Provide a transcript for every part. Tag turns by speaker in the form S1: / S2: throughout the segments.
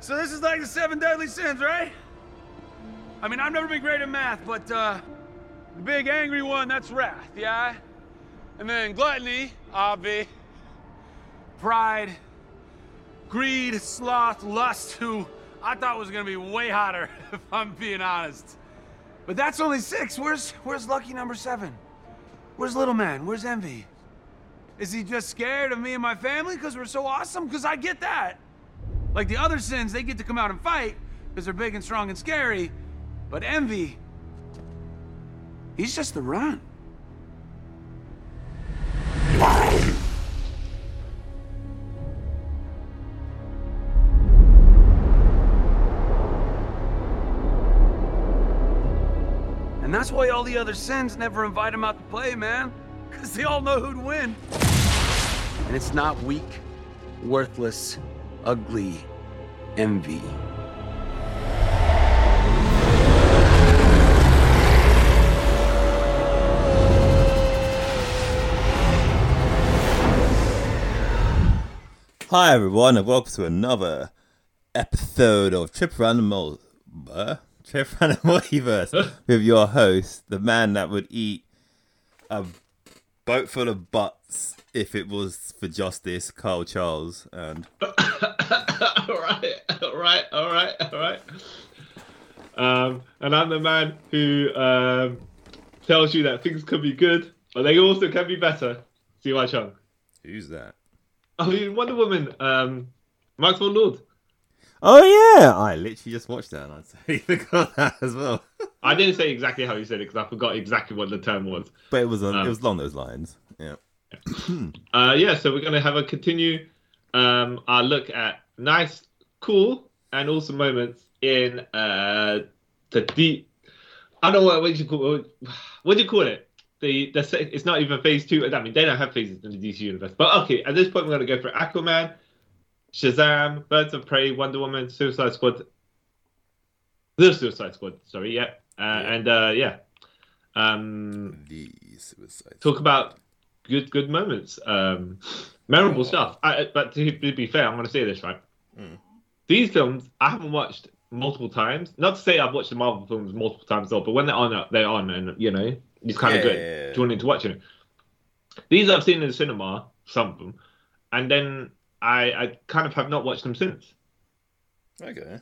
S1: So this is like the seven deadly sins, right? I mean, I've never been great at math, but uh, the big angry one, that's wrath, yeah? And then gluttony, obvi, pride, greed, sloth, lust, who I thought was gonna be way hotter, if I'm being honest. But that's only six. Where's where's lucky number seven? Where's little man? Where's envy? Is he just scared of me and my family because we're so awesome? Because I get that. Like the other sins, they get to come out and fight because they're big and strong and scary. But envy, he's just the runt. And that's why all the other sins never invite him out to play, man. Because they all know who'd win. And it's not weak, worthless, ugly envy.
S2: Hi everyone, and welcome to another episode of Trip Animal uh, Trip Animaliverse with your host, the man that would eat a boat full of butts if it was for justice, Carl Charles, and
S3: all right, all right, all right, all right. Um, and I'm the man who um, tells you that things can be good, but they also can be better. See Wai Chung.
S2: who's that?
S3: I mean, Wonder Woman, um, Max von Lord.
S2: Oh yeah, I literally just watched that, and I totally forgot that as well.
S3: I didn't say exactly how you said it because I forgot exactly what the term was.
S2: But it was on,
S3: Um.
S2: it was along those lines. Yeah,
S3: Uh, yeah, so we're going to have a continue um, our look at nice, cool, and awesome moments in uh, the deep. I don't know what, what you call what do you call it. The the se- it's not even phase two. I mean, they don't have phases in the DC universe. But okay, at this point, we're going to go for Aquaman, Shazam, Birds of Prey, Wonder Woman, Suicide Squad, the Suicide Squad. Sorry, yeah, uh, and uh, yeah. Um,
S2: the suicide.
S3: talk about good good moments, um, memorable stuff. I, I- but to be fair, I'm going to say this right.
S2: Mm.
S3: These films I haven't watched multiple times. Not to say I've watched the Marvel films multiple times, though. But when they're on, they're on, and you know it's kind
S2: Yeah,
S3: of good.
S2: yeah, yeah.
S3: Do you want to watch it? These I've seen in the cinema, some of them, and then I, I kind of have not watched them since.
S2: Okay.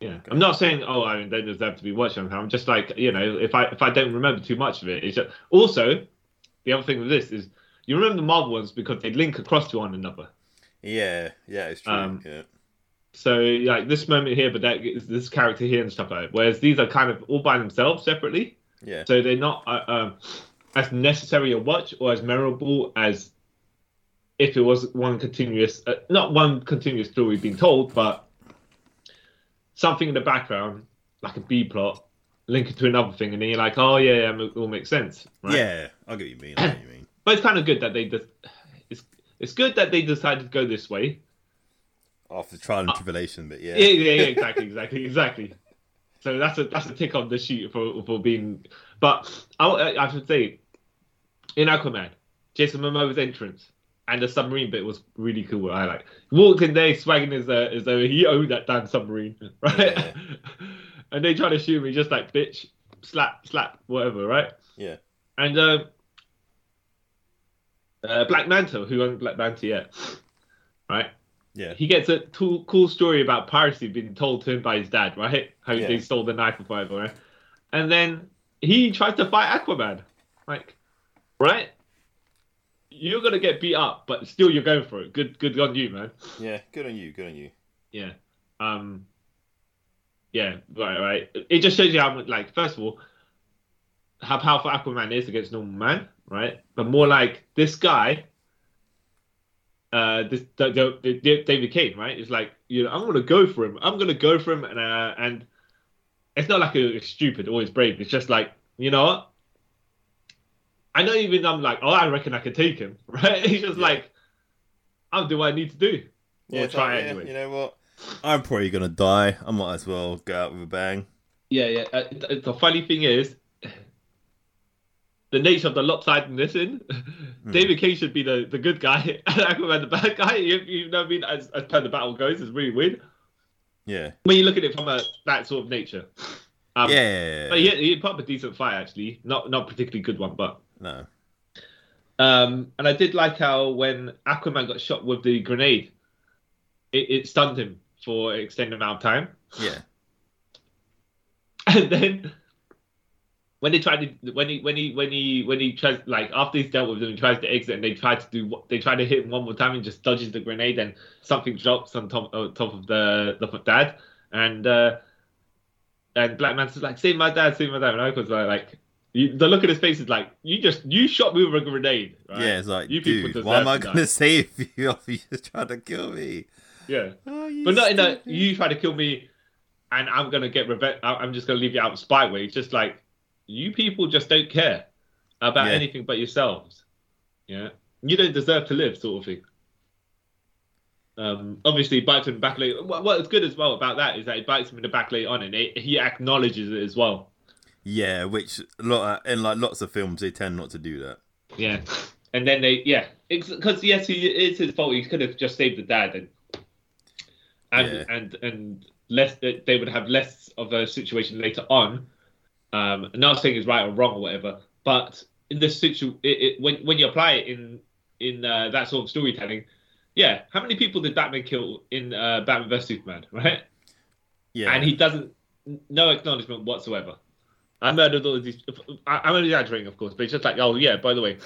S3: Yeah, I'm not saying oh I don't deserve to be watching. I'm just like you know if I if I don't remember too much of it, it's just, also the other thing with this is you remember the Marvel ones because they link across to one another.
S2: Yeah, yeah, it's true.
S3: Um,
S2: yeah.
S3: So like this moment here, but that is this character here and stuff like that. Whereas these are kind of all by themselves separately,
S2: Yeah.
S3: so they're not uh, um, as necessary a watch or as memorable as if it was one continuous, uh, not one continuous story being told, but something in the background like a B plot, link it to another thing, and then you're like, oh yeah, yeah, it all makes sense. Right?
S2: Yeah, I get what you mean. I get what you mean.
S3: But it's kind of good that they just. It's, it's good that they decided to go this way
S2: After trial and tribulation, but yeah.
S3: Ah. yeah, yeah, yeah, exactly, exactly, exactly. So that's a that's a tick on the sheet for for being. But I I should say, in Aquaman, Jason Momoa's entrance and the submarine bit was really cool. I like walked in there swagging as though, as though he owned that damn submarine, right?
S2: Yeah.
S3: and they try to shoot me just like bitch, slap, slap, whatever, right?
S2: yeah.
S3: And um uh, Black Manta, who owned Black Manta yet, right?
S2: Yeah.
S3: he gets a too cool story about piracy being told to him by his dad, right? How
S2: Yeah.
S3: they stole the knife or whatever, right? And then he tries to fight Aquaman. Like, right? You're gonna get beat up, but still you're going for it. Good good on you, man.
S2: Yeah. Good on you. Good on you.
S3: Yeah. Um Yeah, right, right. It just shows you how much, like first of all, how powerful Aquaman is against normal man, right? But more like this guy uh, this the, the, the- the- David Kane, right? It's like you know, I'm gonna go for him. I'm gonna go for him, and uh, and it's not like a, stupid, always brave. It's just like you know what? I know even I'm like, oh, I reckon I could take him, right? It's just
S2: Yeah.
S3: like, I'll do what I need to do. Or
S2: Yeah,
S3: try
S2: yeah,
S3: anyway.
S2: You know what? I'm probably gonna die. I might as well go out with a bang.
S3: Yeah, yeah. Uh, th- the funny thing is, the nature of the lopsidedness in David Cage should be the, the good guy and Aquaman the bad guy. You, you know what I mean? As, as per the battle goes, it's really weird.
S2: Yeah.
S3: when you look at it from a that sort of nature. Um,
S2: yeah.
S3: But yeah, he put up a decent fight actually. Not not particularly good one, but
S2: No.
S3: um, and I did like how when Aquaman got shot with the grenade, it, it stunned him for an extended amount of time.
S2: Yeah.
S3: and then when they tried to when he when he when he when he tries like after he's dealt with them he tries to exit and they try to do what- they try to hit him one more time and just dodges the grenade and something drops on top on top of the top of dad and uh and black man's just like save my dad save my dad and I was like like you, the look at his face is like you just you shot me with a grenade right?
S2: Yeah, it's like,
S3: You people
S2: dude, why am I going
S3: deserve to
S2: to
S3: die.
S2: save you after you just tried to kill me?
S3: yeah
S2: Oh, you
S3: But not in a
S2: stupid.
S3: you try to kill me, and I'm gonna get revenge. I'm just gonna leave you out of spite. Where it's just like you people just don't care about
S2: Yeah.
S3: anything but yourselves. Yeah, you don't deserve to live, sort of thing. Um, obviously, bites him back later. What, what's good as well about that is that he bites him in the back later on, and it, he acknowledges it as well.
S2: Yeah, which a lot in like lots of films they tend not to do that.
S3: Yeah, and then they yeah because yes, he it's his fault. He could have just saved the dad and and
S2: Yeah.
S3: and and less that they would have less of a situation later on. Um, not saying it's right or wrong or whatever, but in this situ, it, it, when when you apply it in in uh, that sort of storytelling, yeah, how many people did Batman kill in uh, Batman vs Superman, right?
S2: Yeah,
S3: and he doesn't no acknowledgement whatsoever. I murdered all of these. I, I'm exaggerating, of course, but it's just like, oh yeah, by the way,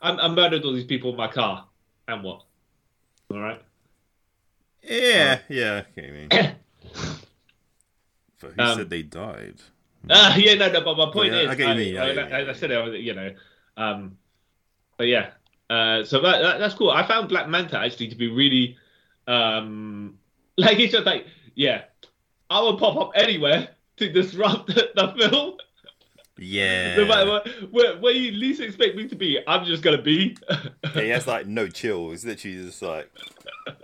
S3: I, I murdered all these people in my car, and what? All right.
S2: yeah, yeah. Okay, man. but who
S3: Um,
S2: said they died?
S3: Ah, yeah, no, no. But my point
S2: Hmm. Yeah,
S3: is,
S2: I get what you mean, I
S3: I,
S2: get what you
S3: I-
S2: mean.
S3: I said it, I was- you know, um, but yeah. Uh, so that, that that's cool. I found Black Manta actually to be really, um, like it's just like, yeah, I will pop up anywhere to disrupt the, the film.
S2: Yeah,
S3: No matter what, where, where you least expect me to be, I'm just gonna be.
S2: Yeah, he has like no chill. It's literally just like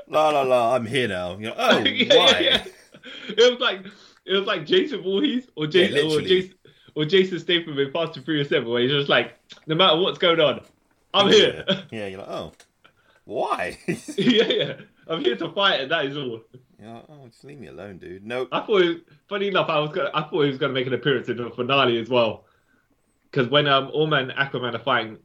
S2: la la la. I'm here now. You're like, oh,
S3: Yeah,
S2: why?
S3: yeah, yeah. It was like it was like Jason Voorhees or Jason or
S2: literally.
S3: Jason or Jason Statham in Fast and Furious Seven, where he's just like, no matter what's going on, I'm here.
S2: Yeah. Yeah, you're like, oh, why? you're
S3: yeah, yeah, I'm here to fight, and that is all.
S2: like, oh, just leave me alone, dude. Nope.
S3: I thought, it, funny enough, I was gonna, I thought he was gonna make an appearance in the finale as well, because when um Orman and Aquaman are fighting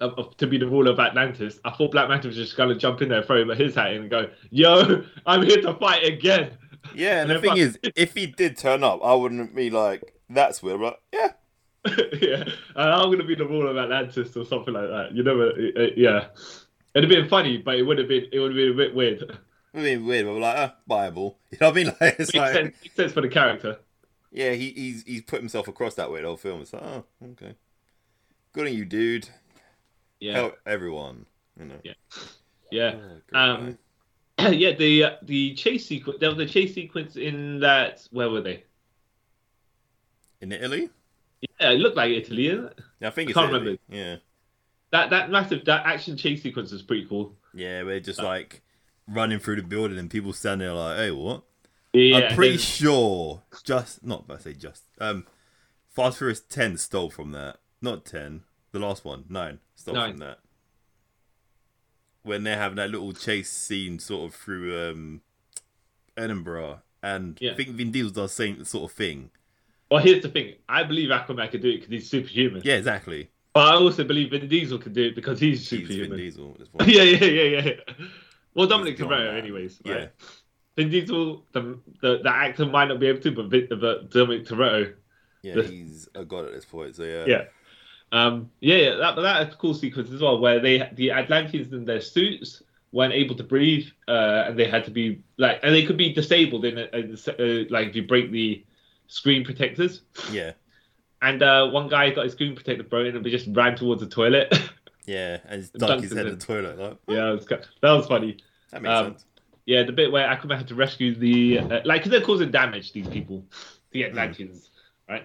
S3: uh, uh, to be the ruler of Atlantis, I thought Black Manta was just gonna jump in there, throw him his hat in, and go, "Yo, I'm here to fight again."
S2: Yeah, and
S3: And
S2: the
S3: if
S2: thing
S3: I-
S2: is, if he did turn up, I wouldn't be like, that's weird. But yeah,
S3: yeah, and I'm gonna be the ruler of Atlantis or something like that. You know, uh, uh, yeah, it'd have been funny, but it would have been it would have been a bit weird.
S2: I mean, weird. But we're like, uh, Bible. You know what I mean? Like, it's
S3: Makes
S2: like,
S3: sense, makes sense for the character.
S2: yeah, he, he's he's put himself across that way the whole film. It's like, oh, okay, good on you, dude.
S3: Yeah,
S2: Help everyone. You know.
S3: Yeah. yeah.
S2: Oh, good
S3: Um,
S2: guy.
S3: yeah, the uh, the chase sequence. There was a chase sequence in that. Where were they?
S2: in Italy,
S3: Yeah, it looked like Italy. Isn't it?
S2: I think
S3: I
S2: it's
S3: can't
S2: Italy.
S3: remember.
S2: Yeah,
S3: That that massive that action chase sequence was pretty cool.
S2: yeah, we're just like running through the building and people standing there like, hey, what?
S3: Yeah,
S2: I'm pretty sure just not I say just um Fast Furious ten stole from that. Not ten. The last one, nine, stole
S3: Nine.
S2: from that. When they're having that little chase scene sort of through um Edinburgh and
S3: Yeah.
S2: I think Vin Diesel does the same sort of thing.
S3: Well, here's the thing. I believe Aquaman can do it because he's superhuman.
S2: Yeah, exactly.
S3: But I also believe Vin Diesel can do it because he's
S2: He's Vin
S3: superhuman.
S2: Diesel at this point.
S3: yeah, yeah, yeah, yeah. Well, Dominic
S2: gone
S3: Toretto,
S2: now.
S3: anyways.
S2: Yeah.
S3: Right? Vin Diesel, the, the the actor might not be able to, but Vin, but Dominic Toretto.
S2: Yeah,
S3: The-
S2: he's a god at this point, so yeah.
S3: Yeah. Um, yeah, yeah, that that is a cool sequence as well, where they the Atlanteans in their suits weren't able to breathe, uh, and they had to be like, and they could be disabled in a, a- uh, like if you break the screen protectors.
S2: Yeah.
S3: And uh, one guy got his screen protector broken and we just ran towards the toilet.
S2: Yeah. And he's dunked his
S3: Dunked
S2: head
S3: it
S2: in the toilet. Like,
S3: yeah, it was, ki- that was funny.
S2: that makes
S3: Um,
S2: sense.
S3: Yeah, the bit where Aquaman had to rescue the uh, like because they're causing damage. These people, the Atlanteans, right?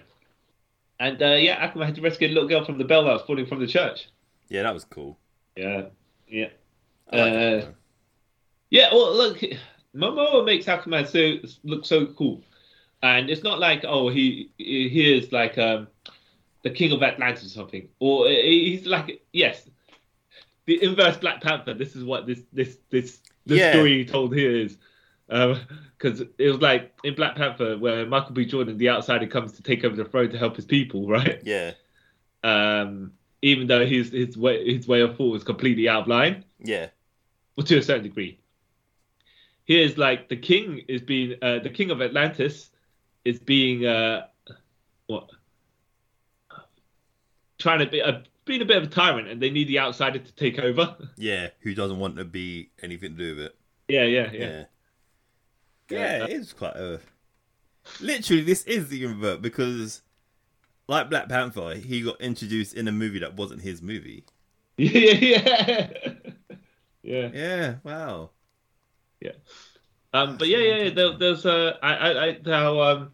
S3: And uh, yeah, Aquaman had to rescue a little girl from the bell that was falling from the church.
S2: Yeah, that was cool.
S3: Yeah, yeah.
S2: I like that,
S3: Uh,
S2: though.
S3: Yeah, well, look, Momoa makes Aquaman so look so cool, and it's not like oh he he is like um the king of Atlantis or something, or uh, he- he's like yes, the inverse Black Panther. This is what this this this this
S2: Yeah.
S3: story told here is. Because it was like in Black Panther where Michael B. Jordan, the outsider, comes to take over the throne to help his people, right?
S2: Yeah.
S3: Um, even though his his way his way of thought was completely out of line,
S2: Yeah.
S3: well, to a certain degree. Here's like the king is being uh, the king of Atlantis is being uh, what trying to be a, being a bit of a tyrant, and they need the outsider to take over.
S2: Yeah. Who doesn't want to be anything to do with it?
S3: yeah, yeah, yeah.
S2: Yeah. Yeah, it is quite a. Literally, this is the invert because, like Black Panther, he got introduced in a movie that wasn't his movie.
S3: yeah, yeah, yeah,
S2: Yeah, wow.
S3: yeah. Um, but yeah, yeah, yeah. There, there's uh, I, I, I, how um,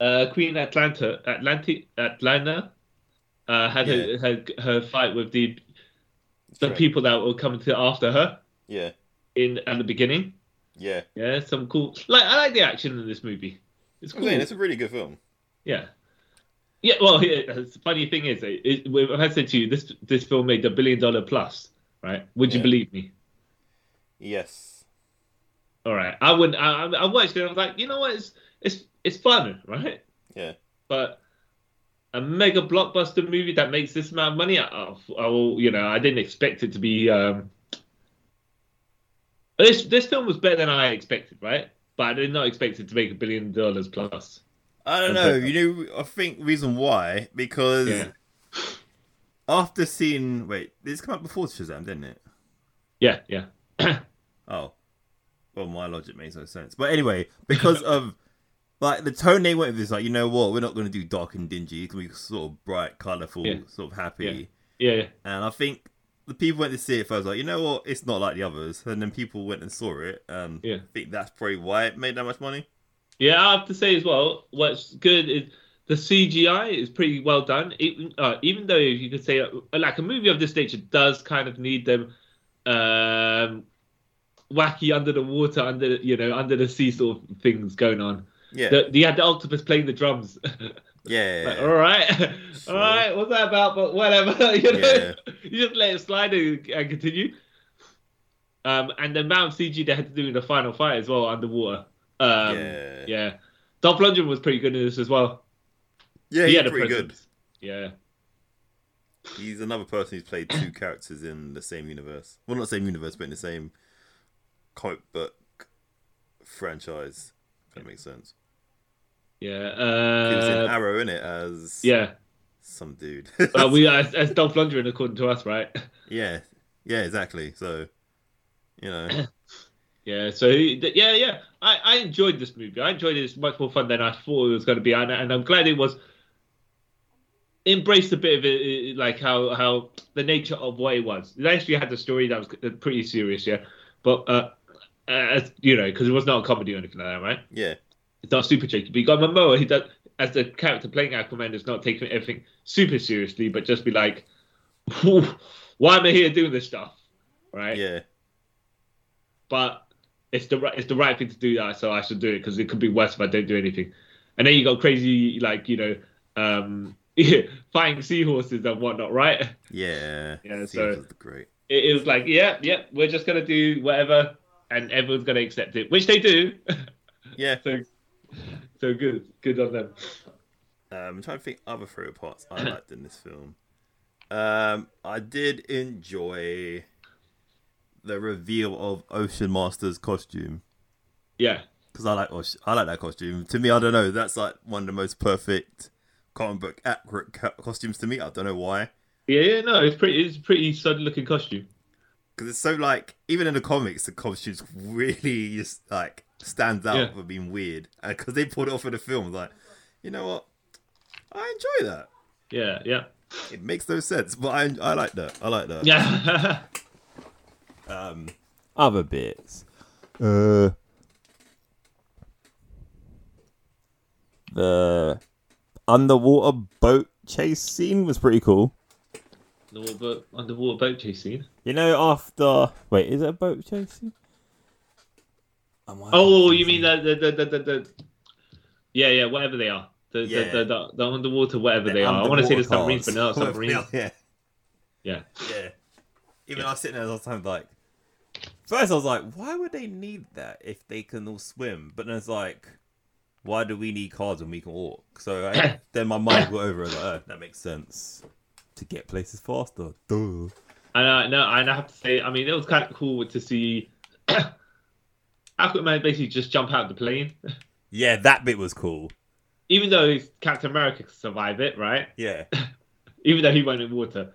S3: uh, Queen Atlanta, Atlanti, Atlanta, uh, had her, her her fight with the the
S2: Correct.
S3: people that were coming to after her
S2: Yeah,
S3: in at the beginning.
S2: yeah.
S3: Yeah, some cool. Like I like the action in this movie. It's cool.
S2: a really good film.
S3: Yeah. Yeah, well, yeah, that's the funny thing is, it, it, I said to you, this this film made a billion dollar plus, right? Would you
S2: Yeah.
S3: believe me?
S2: Yes.
S3: all right. I wouldn't. I, I I watched it. I was like, you know what? It's it's it's fun, right?
S2: Yeah.
S3: But a mega blockbuster movie that makes this amount of money, I, I, I will. You know, I didn't expect it to be. Um, this this film was better than I expected, right? But I did not expect it to make a billion dollars plus.
S2: I don't know. You know, I think reason why because
S3: Yeah.
S2: after seeing wait, this came out before Shazam, didn't it?
S3: Yeah, yeah,
S2: Oh, well, my logic makes no sense. But anyway, because of like the tone they went with is like, you know what, we're not going to do dark and dingy. It's going to be sort of bright, colorful,
S3: Yeah.
S2: sort of happy.
S3: Yeah. yeah, yeah.
S2: And I think the people went to see it first, like, you know what, it's not like the others. And then people went and saw it. And
S3: Yeah.
S2: I think that's probably why it made that much money.
S3: Yeah, I have to say as well, what's good is the CGI is pretty well done. Even uh, even though you could say uh, like a movie of this nature does kind of need them um, wacky under the water, under the- you know, under the sea sort of things going on.
S2: Yeah.
S3: The, you had the octopus playing the drums.
S2: yeah.
S3: Like, all right,
S2: Sure.
S3: all right, what's that about? But whatever, you know,
S2: Yeah.
S3: you just let it slide and, and continue. Um, and the amount of CG they had to do in the final fight as well underwater. Um,
S2: Yeah.
S3: yeah. Dolph Lundgren was pretty good in this as well.
S2: yeah, he's
S3: had a
S2: pretty good.
S3: presence. Yeah,
S2: He's another person who's played two characters in the same universe. Well, not same universe, but in the same comic book franchise. If that makes sense.
S3: yeah,
S2: He was in
S3: uh,
S2: Arrow in it as
S3: yeah.
S2: some dude.
S3: Uh, we as, as Dolph Lundgren, according to us, right?
S2: yeah, yeah, exactly. So, you know,
S3: Yeah. So he, th- yeah, yeah. I, I enjoyed this movie. I enjoyed it. It's much more fun than I thought it was going to be, and, and I'm glad it was embraced a bit of it, it- like how how the nature of what it was. It actually had a story that was c- pretty serious, yeah. But uh, as you know, because it was not a comedy or anything like that, right?
S2: yeah,
S3: it's not super tricky. But you got Momoa, he does as the character playing Aquaman is not taking everything super seriously, but just be like, why am I here doing this stuff, right?
S2: yeah,
S3: But it's the right, it's the right thing to do that, so I should do it because it could be worse if I don't do anything. And then you got crazy like you know, um, fighting seahorses and whatnot, right?
S2: yeah.
S3: Yeah,
S2: Seems
S3: so-
S2: was great.
S3: It, it was like, yeah, yeah, we're just gonna do whatever, and everyone's gonna accept it, which they do.
S2: Yeah,
S3: so, so good, good on them.
S2: Um, I'm trying to think other favorite parts I liked in this film. Um, I did enjoy the reveal of Ocean Master's costume
S3: Yeah,
S2: because I like Osh- I like that costume. To me, I don't know. That's like one of the most perfect comic book accurate co- costumes to me. I don't know why
S3: Yeah, yeah, no, it's pretty. It's a pretty sudden looking costume.
S2: because it's so like even in the comics, the costumes really just like stands out
S3: Yeah.
S2: for being weird because they pulled it off in the film. Like, you know what? I enjoy that.
S3: Yeah, yeah,
S2: It makes no sense, but I I like that. I like that.
S3: yeah,
S2: um, other bits. Uh, the underwater boat chase scene was pretty cool.
S3: the wa- boat, underwater boat chase scene.
S2: You know, after wait, is it a boat chase scene? Am I
S3: Oh, you
S2: confusing?
S3: mean the the the the, the, the yeah, yeah, whatever they are. The,
S2: Yeah.
S3: the, the, the, the underwater whatever they are. I want to say the submarine, but no, submarine.
S2: Yeah,
S3: Yeah,
S2: yeah. Even I was sitting there, I was kind of like, First, I was like, why would they need that if they can all swim? But then it's like, why do we need cars when we can walk? So I, then my mind went over and like, oh, that makes sense to get places faster. Duh.
S3: And uh, no, and I have to say, I mean, it was kind of cool to see Aquaman basically just jump out of the plane,
S2: Yeah, that bit was cool.
S3: even though he's Captain America could survive it, right?
S2: Yeah,
S3: Even though he went in water.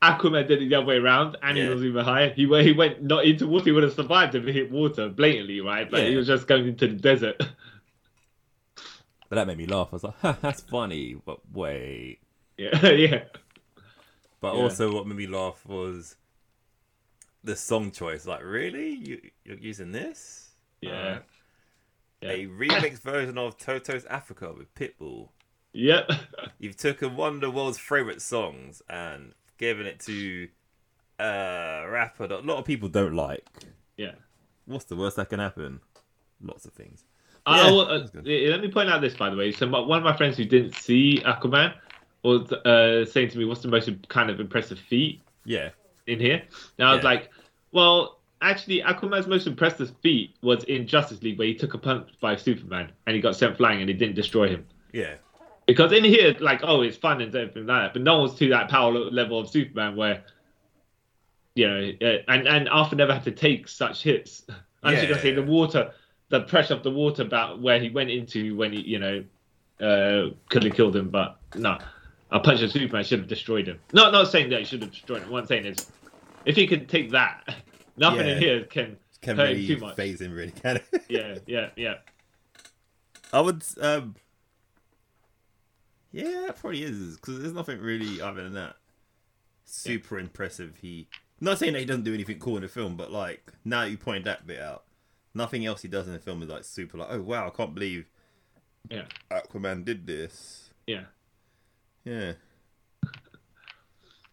S3: Aquaman did it the other way around, and he
S2: Yeah.
S3: was even higher. He went, he went not into water. He would have survived if he hit water blatantly, right? But he
S2: Yeah.
S3: was just going into the desert.
S2: but that made me laugh. I was like, ha, that's funny, but wait.
S3: yeah, yeah.
S2: But
S3: Yeah.
S2: also, what made me laugh was the song choice. Like, really, you you're using this?
S3: Yeah.
S2: Uh, A remix version of Toto's Africa with Pitbull.
S3: Yep.
S2: You've taken one of the world's favorite songs and given it to a rapper that a lot of people don't like.
S3: Yeah.
S2: What's the worst that can happen? Lots of things.
S3: I- I
S2: Yeah,
S3: will- uh,
S2: that's good.
S3: yeah, let me point out this, by the way. So my, one of my friends who didn't see Aquaman was uh, saying to me, "What's the most kind of impressive feat
S2: Yeah,
S3: in here?" And I was
S2: Yeah.
S3: like, "Well, actually, Aquaman's most impressive feat was in Justice League, where he took a punch by Superman and he got sent flying, and it didn't destroy him."
S2: yeah,
S3: Because in here, like, oh, it's fun and everything like that, but no one's to that power lo- level of Superman where, you know, uh, and and Arthur never had to take such hits. I'm just gonna say the
S2: Yeah.
S3: water, the pressure of the water about where he went into when he, you know, uh, could have killed him, but no, a punch of Superman should have destroyed him. Not not saying that he should have destroyed him. What I'm saying is, if he could take that, nothing in
S2: Yeah.
S3: here can
S2: can
S3: hurt
S2: really
S3: him too much.
S2: phase him really can.
S3: Yeah, yeah, yeah.
S2: I would. um Yeah, it probably is because there's nothing really other than that super impressive. He not saying that he doesn't do anything cool in the film, but like now that you point that bit out, nothing else he does in the film is like super. Like oh wow, I can't believe
S3: Yeah.
S2: Aquaman did this.
S3: Yeah.
S2: Yeah.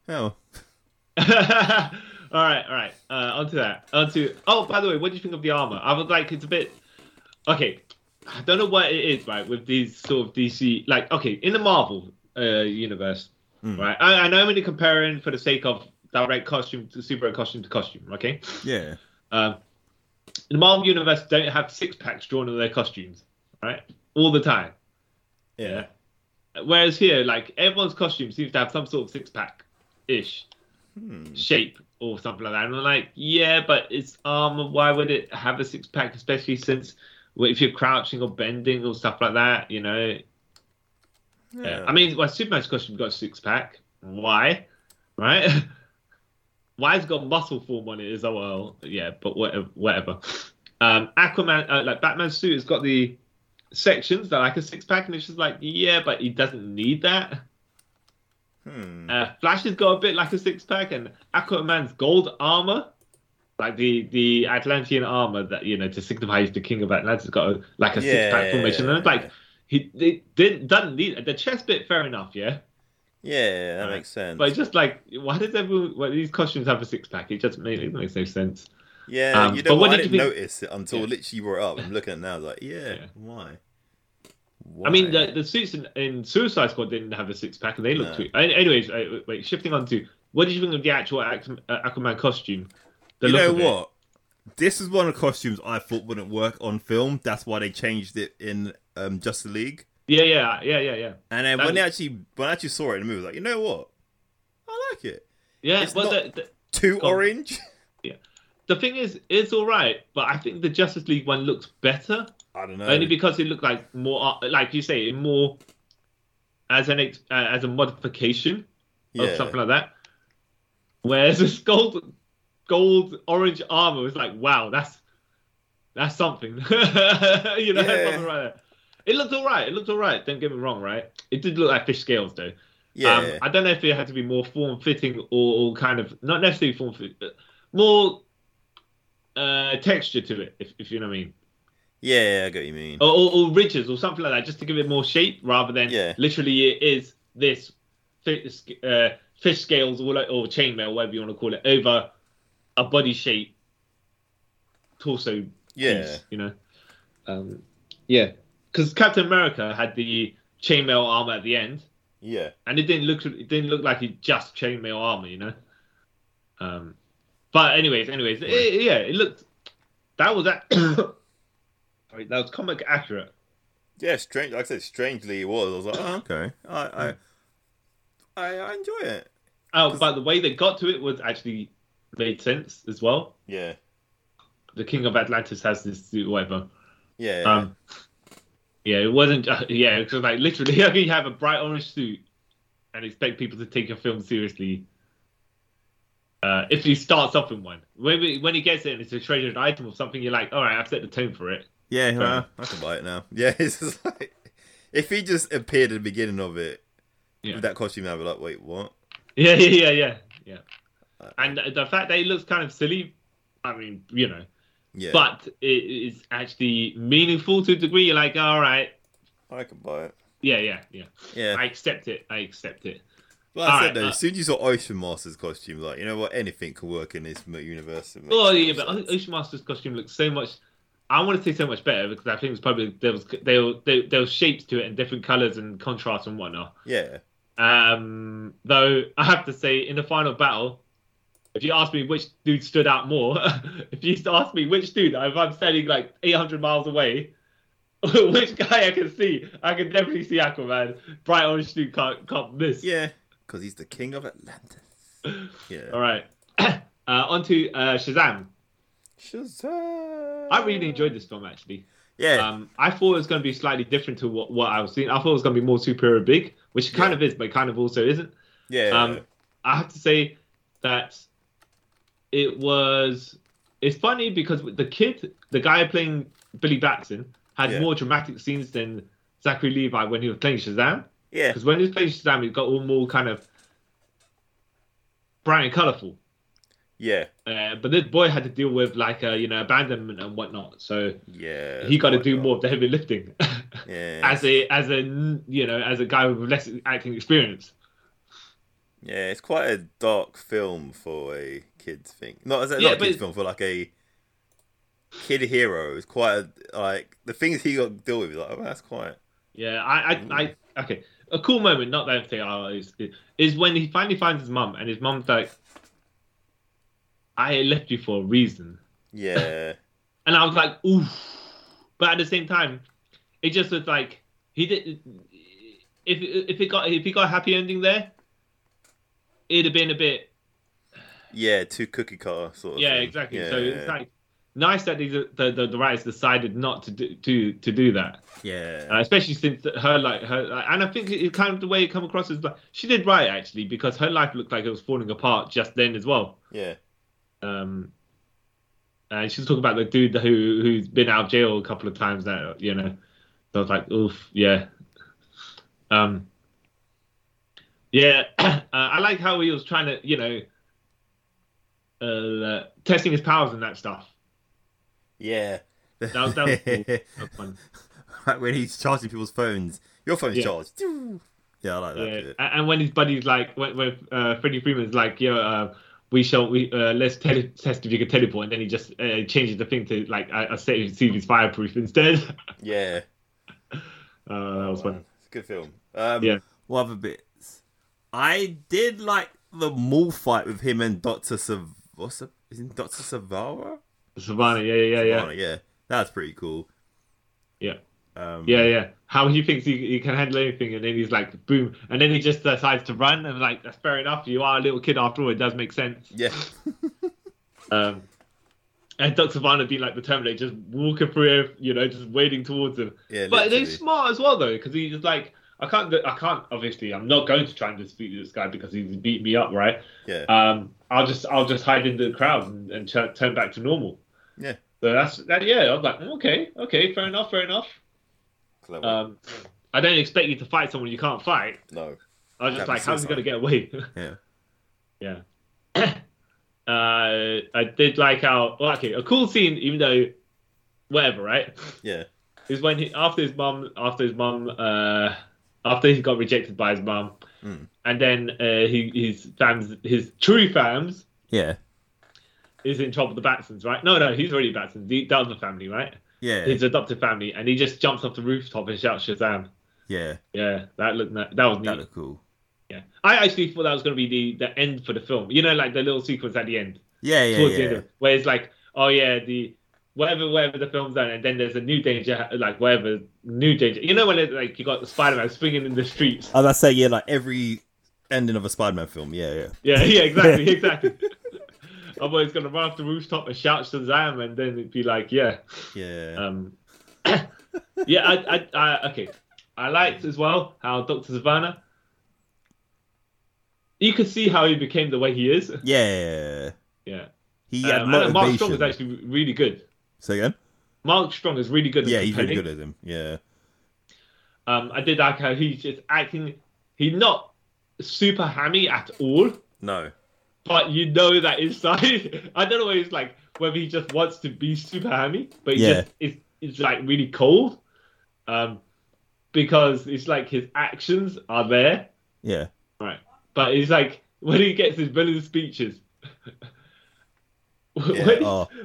S2: Oh,
S3: all right, all right. Uh, onto that. Onto. Oh, by the way, what do you think of the armor? I would like. It's a bit. Okay, I don't know what it is, right? With these sort of DC, like, okay, in the Marvel uh, universe,
S2: Mm.
S3: right? I, I know I'm only comparing for the sake of direct costume to super costume to costume. Okay,
S2: yeah,
S3: um, the Marvel universe don't have six packs drawn on their costumes, right? All the time.
S2: yeah,
S3: Whereas here, like everyone's costume seems to have some sort of six pack ish shape or something like that. And I'm like, yeah, but it's armor. Why would it have a six pack, especially since well, if you're crouching or bending or stuff like that, you know? Yeah. I mean, well, Superman's costume got a six pack. Why? Right? Why has it got muscle form on it as well? Yeah, but whatever. whatever. Um, Aquaman, uh, like Batman's suit, has got the sections that like a six pack, and it's just like, yeah, but he doesn't need that.
S2: Hmm.
S3: Uh, Flash has got a bit like a six pack, and Aquaman's gold armor, like the the Atlantean armor that you know to signify he's the king of Atlantis, got a, like a
S2: Yeah,
S3: six
S2: yeah,
S3: pack formation. And it's
S2: yeah.
S3: like he they didn't doesn't need the chest bit, fair enough, yeah.
S2: yeah, that
S3: Uh,
S2: makes sense.
S3: But it's just like, why does everyone? Why do these costumes have a six pack? It just makes it makes no sense.
S2: Yeah,
S3: Um,
S2: you
S3: but
S2: don't.
S3: what
S2: I
S3: did you
S2: didn't
S3: think-
S2: notice it until
S3: Yeah.
S2: literally you brought it up. I'm looking at it now. Like, yeah,
S3: Yeah.
S2: why?
S3: I mean,
S2: Why?
S3: the, the suits in, in Suicide Squad didn't have a six pack, and they looked.
S2: No.
S3: Too, an- anyways, uh, wait. Shifting on to what did you think of the actual Aqu- uh, Aquaman costume? The
S2: you
S3: look
S2: know
S3: of it?
S2: what? This is one of the costumes I thought wouldn't work on film. That's why they changed it in um, Justice League.
S3: Yeah, yeah, yeah, yeah, yeah.
S2: And then
S3: That-
S2: when they actually when I actually saw it in the movie, I was like, you know what? I like it.
S3: Yeah,
S2: It's
S3: well,
S2: not-
S3: the, the,
S2: Too
S3: Go on.
S2: orange.
S3: the thing is, it's all right, but I think the Justice League one looks better
S2: I don't know.
S3: only because it looked like more, uh, like you say, more as an ex- uh, as a modification or
S2: Yeah.
S3: something like that. Whereas this gold, gold orange armor was like, wow, that's that's something. you know,
S2: Yeah.
S3: something right there. It looked all right. It looked all right. Don't get me wrong, right? It did look like fish scales, though.
S2: yeah,
S3: Um, I don't know if it had to be more form fitting or, or kind of not necessarily form fitting, but more uh, texture to it, if, if you know what I mean,
S2: yeah, I get what you mean.
S3: or, or, or ridges or something like that, just to give it more shape rather than
S2: Yeah.
S3: literally it is this fi- uh, fish scales or, or chainmail, whatever you want to call it, over a body shape, torso
S2: yeah,
S3: piece, you know. Um, yeah, because Captain America had the chainmail armor at the end
S2: yeah,
S3: and it didn't look it didn't look like he just chainmail armor, you know. Um, But anyways, anyways, it- it- yeah, it looked that was that. Sorry, that was comic accurate.
S2: Yeah, strange. Like I said, strangely it was. I was like, oh, okay, I,
S3: Hmm.
S2: I, I, I enjoy it.
S3: Oh, but the way they got to it was actually made sense as well.
S2: Yeah,
S3: The King of Atlantis has this whatever.
S2: yeah.
S3: Um, yeah, it wasn't. Uh, yeah, because like literally, I mean, you have a bright orange suit and expect people to take your film seriously. Uh, if he starts off in one, when we- when he gets it and it's a treasured item or something, you're like, all right, I've set the tone for it.
S2: Yeah, well, I can buy it now. Yeah, it's just like if he just appeared at the beginning of it
S3: Yeah.
S2: with that costume, I'd be like, wait, what?
S3: Yeah, yeah, yeah, yeah, yeah.
S2: Uh,
S3: And the fact that he looks kind of silly, I mean, you know,
S2: Yeah,
S3: but it is actually meaningful to a degree. You're like, all right,
S2: I can buy it.
S3: yeah, yeah, yeah.
S2: Yeah,
S3: I accept it. I accept it.
S2: like I said
S3: alright,
S2: though,
S3: uh,
S2: as soon as you saw Ocean Master's costume, like you know what, anything could work in this m- universe. It makes
S3: Oh
S2: no
S3: yeah, but
S2: sense.
S3: Ocean Master's costume looks so much. I want to say so much better because I think it's probably there was there were, there, there was shapes to it and different colors and contrast and whatnot.
S2: yeah,
S3: Um, though I have to say, in the final battle, if you ask me which dude stood out more, if you ask me which dude, if I'm standing like 800 miles away, which guy I can see, I can definitely see Aquaman. Bright orange dude can't, can't miss.
S2: yeah, because he's the king of Atlantis. Yeah,
S3: All right. uh, on to uh, Shazam.
S2: Shazam!
S3: I really enjoyed this film actually.
S2: Yeah,
S3: Um, I thought it was going to be slightly different to what, what I was seeing. I thought it was going to be more superhero big, which it kind
S2: Yeah.
S3: of is, but kind of also isn't.
S2: yeah,
S3: Um, I have to say that it was. It's funny because the kid, the guy playing Billy Batson, had
S2: Yeah.
S3: more dramatic scenes than Zachary Levi when he was playing Shazam.
S2: yeah,
S3: Because when he was playing Shazam, he got all more kind of bright and colourful.
S2: yeah,
S3: Uh, but this boy had to deal with like uh, you know abandonment and whatnot, so
S2: yeah.
S3: he got to
S2: Why
S3: do
S2: not?
S3: more of the heavy lifting
S2: Yeah,
S3: as a as a you know as a guy with less acting experience.
S2: Yeah, it's quite a dark film for a kids thing. Not as a
S3: Yeah,
S2: not a
S3: but-
S2: kids film for like a kid hero. It's quite a, like the things he got to deal with. Like oh, that's quite
S3: Yeah, I, I, I, okay. A cool moment, not that thing. Oh, is, is when he finally finds his mum, and his mum's like, "I left you for a reason,"
S2: yeah,
S3: and I was like, "Oof," but at the same time, it just was like he did. If if it got if he got a happy ending there, it'd have been a bit.
S2: yeah, two cookie cutter sort of.
S3: Yeah,
S2: thing.
S3: exactly.
S2: Yeah,
S3: so it's like nice that these the, the the writers decided not to do to to do that.
S2: yeah,
S3: uh, especially since her like her like, and I think it, it kind of the way it come across is like she did right actually because her life looked like it was falling apart just then as well.
S2: yeah,
S3: Um, and she's talking about the dude who who's been out of jail a couple of times now, you know. So I was like, oof, yeah. Um, yeah, uh, I like how he was trying to, you know, uh, testing his powers and that stuff.
S2: yeah.
S3: That was that was, cool. that was fun.
S2: Like when he's charging people's phones, your phone's
S3: Yeah.
S2: charged. Yeah, I like that.
S3: Yeah,
S2: bit.
S3: and and when his buddies like when, when uh, Freddie Freeman's like, "Yo, uh, we shall we uh, let's tele- test if you can teleport," and then he just uh, changes the thing to like I, I said, you see if he's fireproof instead.
S2: Yeah,
S3: Uh, that was fun.
S2: It's a good film. Um,
S3: Yeah.
S2: What other bits? I did like the mall fight with him and Doctor Sav. What's the, isn't Doctor Savara?
S3: Savannah, yeah, yeah, yeah,
S2: Savara, yeah. That's pretty cool.
S3: yeah,
S2: Um,
S3: yeah, yeah. How he thinks he, he can handle anything, and then he's like, boom, and then he just decides to run, and like that's fair enough. You are a little kid after all. It does make sense.
S2: Yeah.
S3: Um, and Doc Savannah being like the Terminator, just walking through, you know, just wading towards him.
S2: Yeah,
S3: but
S2: literally.
S3: they're smart as well though, because he's just like, I can't, I can't. Obviously, I'm not going to try and dispute this guy because he's beat me up, right?
S2: Yeah.
S3: Um, I'll just, I'll just hide in the crowd and, and tu- turn back to normal.
S2: Yeah.
S3: So that's that. Yeah, I was like, okay, okay, fair enough, fair enough.
S2: Clever.
S3: Um, I don't expect you to fight someone you can't fight.
S2: no.
S3: I was
S2: That'd
S3: just
S2: be
S3: like, how's he
S2: suicide.
S3: gonna get away?
S2: Yeah.
S3: Yeah. uh, I did like how well, okay, a cool scene, even though whatever, right?
S2: Yeah.
S3: Is when he after his mum after his mum uh after he got rejected by his mum
S2: Mm.
S3: and then uh he, his fams his true fams
S2: Yeah.
S3: is in trouble with the Batsons, right? No no, he's already Batsons, the, the other family, right?
S2: Yeah.
S3: His adopted family, and he just jumps off the rooftop and shouts Shazam.
S2: yeah.
S3: Yeah, that looked that was neat.
S2: That looked cool.
S3: yeah. I actually thought that was gonna be the, the end for the film. You know, like the little sequence at the end.
S2: Yeah, yeah,
S3: towards the
S2: yeah.
S3: end, of it, where it's like, oh yeah, the whatever, whatever the film's done, and then there's a new danger, like whatever new danger. You know when it, like you got the Spider-Man swinging in the streets.
S2: I must say, yeah, like every ending of a Spider-Man film. Yeah, yeah.
S3: Yeah, yeah, exactly, exactly. Otherwise, it's gonna run off the rooftop and shout Shazam, and then it'd be like, yeah,
S2: Yeah.
S3: um, yeah. I, I, I, okay. I liked as well how Doctor Savannah. You could see how he became the way he is.
S2: yeah.
S3: Yeah.
S2: He
S3: Um,
S2: had
S3: and Mark Strong
S2: motivation.
S3: is actually really good.
S2: Say again?
S3: Mark Strong is really good.
S2: Yeah,
S3: at
S2: he's really
S3: pretending.
S2: good at him. Yeah.
S3: Um, I did like how he's just acting. He's not super hammy at all,
S2: No.
S3: but you know that inside. I don't know whether it's like whether he just wants to be super hammy, but he
S2: Yeah.
S3: just is is like really cold, um, because it's like his actions are there,
S2: Yeah.
S3: right? But it's like when he gets his villain speeches.
S2: yeah.
S3: when-
S2: Oh,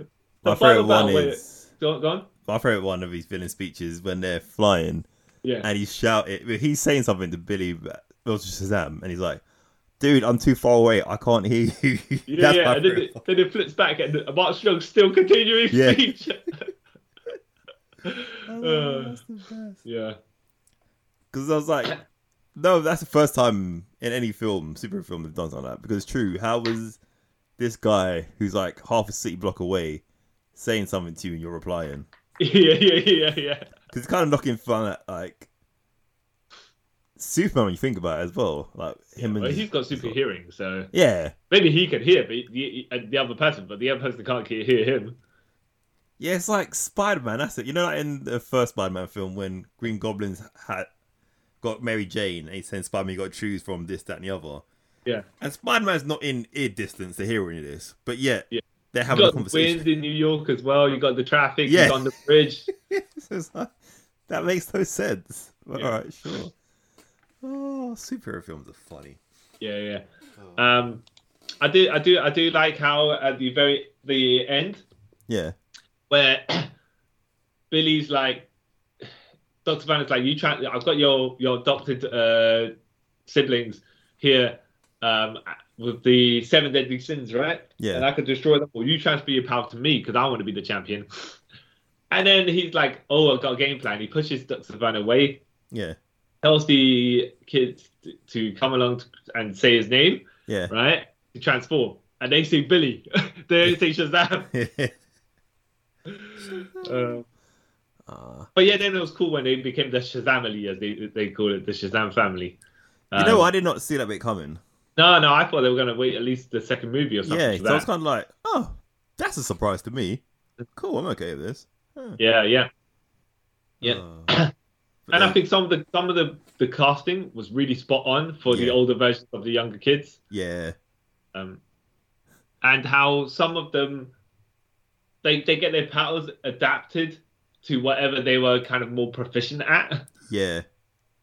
S3: the
S2: my
S3: final
S2: favorite one
S3: battle where-
S2: is
S3: Go on, go on.
S2: my favorite one of his villain speeches when they're flying
S3: Yeah.
S2: and he's shouting. He's saying something to Billy Wilson Shazam, and he's like, "Dude, I'm too far away. I can't hear you."
S3: Yeah,
S2: That's
S3: yeah,
S2: my
S3: and then
S2: favorite
S3: it, then it flips back, and the- Mark Strong's still continuing
S2: Yeah.
S3: speech.
S2: one.
S3: Uh, yeah,
S2: Because I was like, no, that's the first time in any film, superhero film, they've done something like that. Because it's true, how was this guy who's like half a city block away saying something to you and you're replying?
S3: yeah, yeah, yeah, yeah.
S2: Because it's kind of knocking fun at like Superman when you think about it as well. Like him and
S3: Well, he's got super hearing, so
S2: Yeah,
S3: maybe he can hear, but the, uh, the other person, but the other person can't hear hear him.
S2: yeah, it's like Spider Man. That's it. You know, like in the first Spider Man film when Green Goblin's had got Mary Jane and he's saying Spider Man, you got to choose from this, that, and the other.
S3: Yeah,
S2: And Spider Man's not in ear distance to hearing this, but yet
S3: Yeah.
S2: they're
S3: you
S2: having a
S3: got the
S2: conversation.
S3: wind in New York as well. You got the traffic.
S2: Yeah.
S3: He's on the bridge.
S2: So it's like, that makes no sense.
S3: Yeah.
S2: All right, sure. Oh, superhero films are funny.
S3: Yeah, yeah. Um, I do, I do, I do like how at the very the end
S2: Yeah,
S3: where Billy's like, Doctor Van is like, you try. I've got your your adopted uh, siblings here um, with the seven deadly sins, right?
S2: Yeah.
S3: And I could destroy them. Or you transfer your power to me because I want to be the champion. And then he's like, oh, I've got a game plan. He pushes Doctor Van away,
S2: yeah,
S3: tells the kids t- to come along t- and say his name,
S2: yeah.
S3: right? To transform. And they say Billy. they say Shazam. Uh,
S2: Ah.
S3: But yeah, then it was cool when they became the Shazamily, as they they call it, the Shazam family.
S2: you know,
S3: Um,
S2: I did not see that bit coming.
S3: No, no, I thought they were gonna wait at least the second movie or something.
S2: Yeah,
S3: for
S2: so I was
S3: that.
S2: kind of like, oh, that's a surprise to me. Cool, I'm okay with this.
S3: yeah, yeah, yeah.
S2: Oh. But
S3: and I
S2: then-
S3: think some of the some of the the casting was really spot on for the
S2: Yeah.
S3: older versions of the younger kids,
S2: yeah,
S3: um, and how some of them they they get their powers adapted to whatever they were kind of more proficient at.
S2: yeah,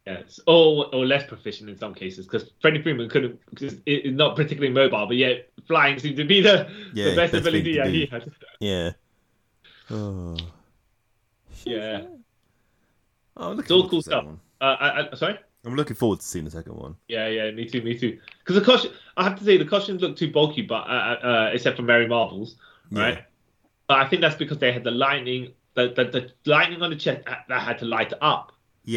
S3: Yes, or or less proficient in some cases because Freddie Freeman couldn't because is not particularly mobile, but yet flying seemed to be the,
S2: Yeah,
S3: the
S2: best
S3: best,
S2: thing
S3: ability
S2: to
S3: that
S2: do.
S3: he had.
S2: yeah. Oh,
S3: Yeah,
S2: oh look
S3: it's all cool stuff.
S2: One.
S3: Uh, I, I, sorry.
S2: I'm looking forward to seeing the second one.
S3: Yeah, yeah, me too, me too. Because the costume, I have to say, the costumes look too bulky, but uh, uh, uh, except for Mary Marvel's, right?
S2: Yeah.
S3: But I think that's because they had the lightning, the the, the lightning on the chest that that had to light up.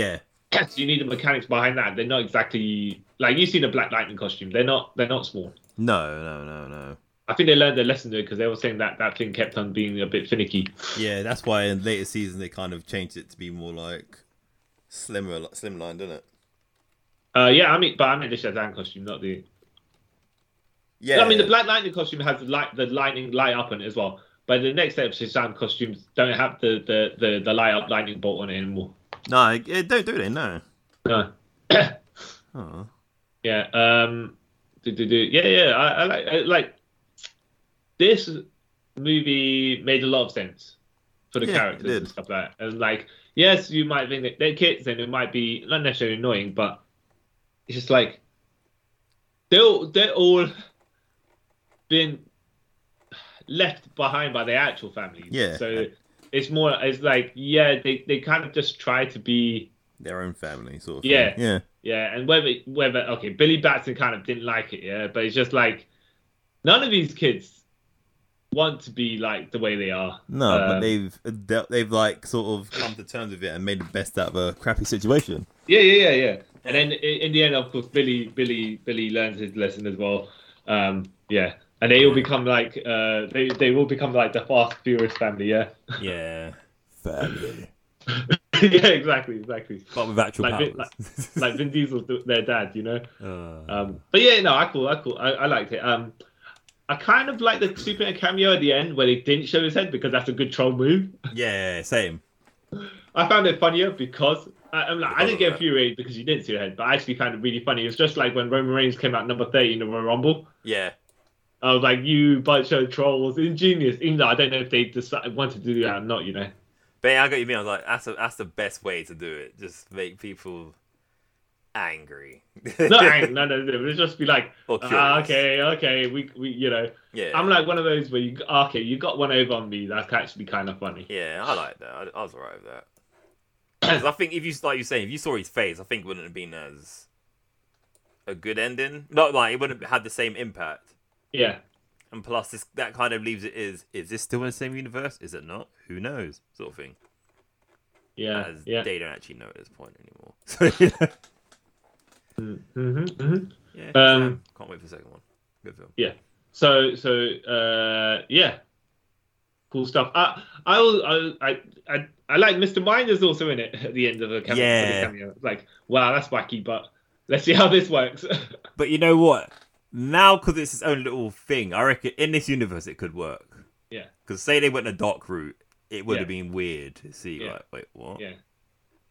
S2: Yeah,
S3: So you need the mechanics behind that. They're not exactly like you see the Black Lightning costume. They're not. They're not small.
S2: no, no, no, no.
S3: I think they learned their lesson there because they were saying that that thing kept on being a bit finicky.
S2: Yeah, that's why in later seasons they kind of changed it to be more like slimmer, like slimline, doesn't it?
S3: Uh, yeah, I mean, but I mean the Shazam costume, not the.
S2: Yeah,
S3: I mean the Black Lightning costume has the light, the lightning light up on it as well. But the next set of Shazam costumes don't have the the the, the light up lightning bolt on it anymore.
S2: no, eh, don't do they? No.
S3: No.
S2: Oh.
S3: Yeah. Um. Do, do, do. Yeah, yeah. I, I like I, like. This movie made a lot of sense for the
S2: Yeah, it
S3: characters
S2: did.
S3: and stuff like that. And like, yes, you might think that they're kids and it might be not necessarily annoying, but it's just like they're all, they're all been left behind by their actual families.
S2: Yeah.
S3: So it's more. It's like yeah, they they kind of just try to be
S2: Their own family, sort of.
S3: Yeah.
S2: Thing. Yeah.
S3: yeah, and whether whether okay, Billy Batson kind of didn't like it, yeah, but it's just like none of these kids want to be like the way they are.
S4: No, but
S3: Um,
S4: they've uh, de- they've like sort of come to terms with it and made the best out of a crappy situation.
S3: Yeah, yeah, yeah, yeah. And then i- in the end, of course, Billy, Billy, Billy learns his lesson as well. Um, yeah, and they all become like uh, they they will become like the Fast Furious family. Yeah,
S2: Yeah.
S4: Family,
S3: yeah, exactly, exactly.
S2: But with actual powers.
S3: Like Vin, like, like Vin Diesel's th- their dad, you know.
S2: Uh,
S3: Um, but yeah, no, I cool, I cool, I, I liked it. Um, I kind of like the Superman cameo at the end where they didn't show his head because that's a good troll move.
S4: yeah, same.
S3: I found it funnier because I, I'm like, I didn't
S4: Because
S3: get
S4: of that.
S3: infuriated because you didn't see your head, but I actually found it really funny. It's just like when Roman Reigns came out number 30 in the Royal Rumble.
S4: Yeah,
S3: I was like, you bunch of trolls, ingenious. Even though I don't know if they decided, wanted to do that or not, you know.
S2: but yeah, I got you. Mean I was like, that's a, that's the best way to do it. Just make people angry.
S3: Not angry, no, no, no. It would just be like,
S2: Or
S3: ah,
S2: curious.
S3: okay, okay, we, we, you know.
S2: Yeah.
S3: I'm like one of those where you, ah, okay, you got one over on me. That's actually kind of funny.
S2: Yeah, I like that. I, I was alright with that. 'Cause I think if you like you saying, if you saw his face, I think it wouldn't have been as a good ending. Not like it wouldn't have had the same impact.
S3: Yeah.
S2: And plus, this that kind of leaves it is is this still in the same universe? Is it not? Who knows? Sort of thing.
S3: Yeah.
S2: As
S3: yeah.
S2: they don't actually know at this point anymore. So you know.
S3: hmm hmm
S2: yeah,
S3: Um,
S2: can't wait for the second one. Good film.
S3: So so uh yeah, cool stuff. I I al- I I I, I like Mr. Minder's also in it at the end of the cameo.
S2: Yeah.
S3: the cameo. It's Like wow, that's wacky, but let's see how this works.
S2: But you know what? Now, because it's its own little thing, I reckon in this universe it could work.
S3: Yeah.
S2: Because say they went a dark route, it would
S3: Yeah.
S2: have been weird to see.
S3: Yeah.
S2: Like, wait, what?
S3: Yeah.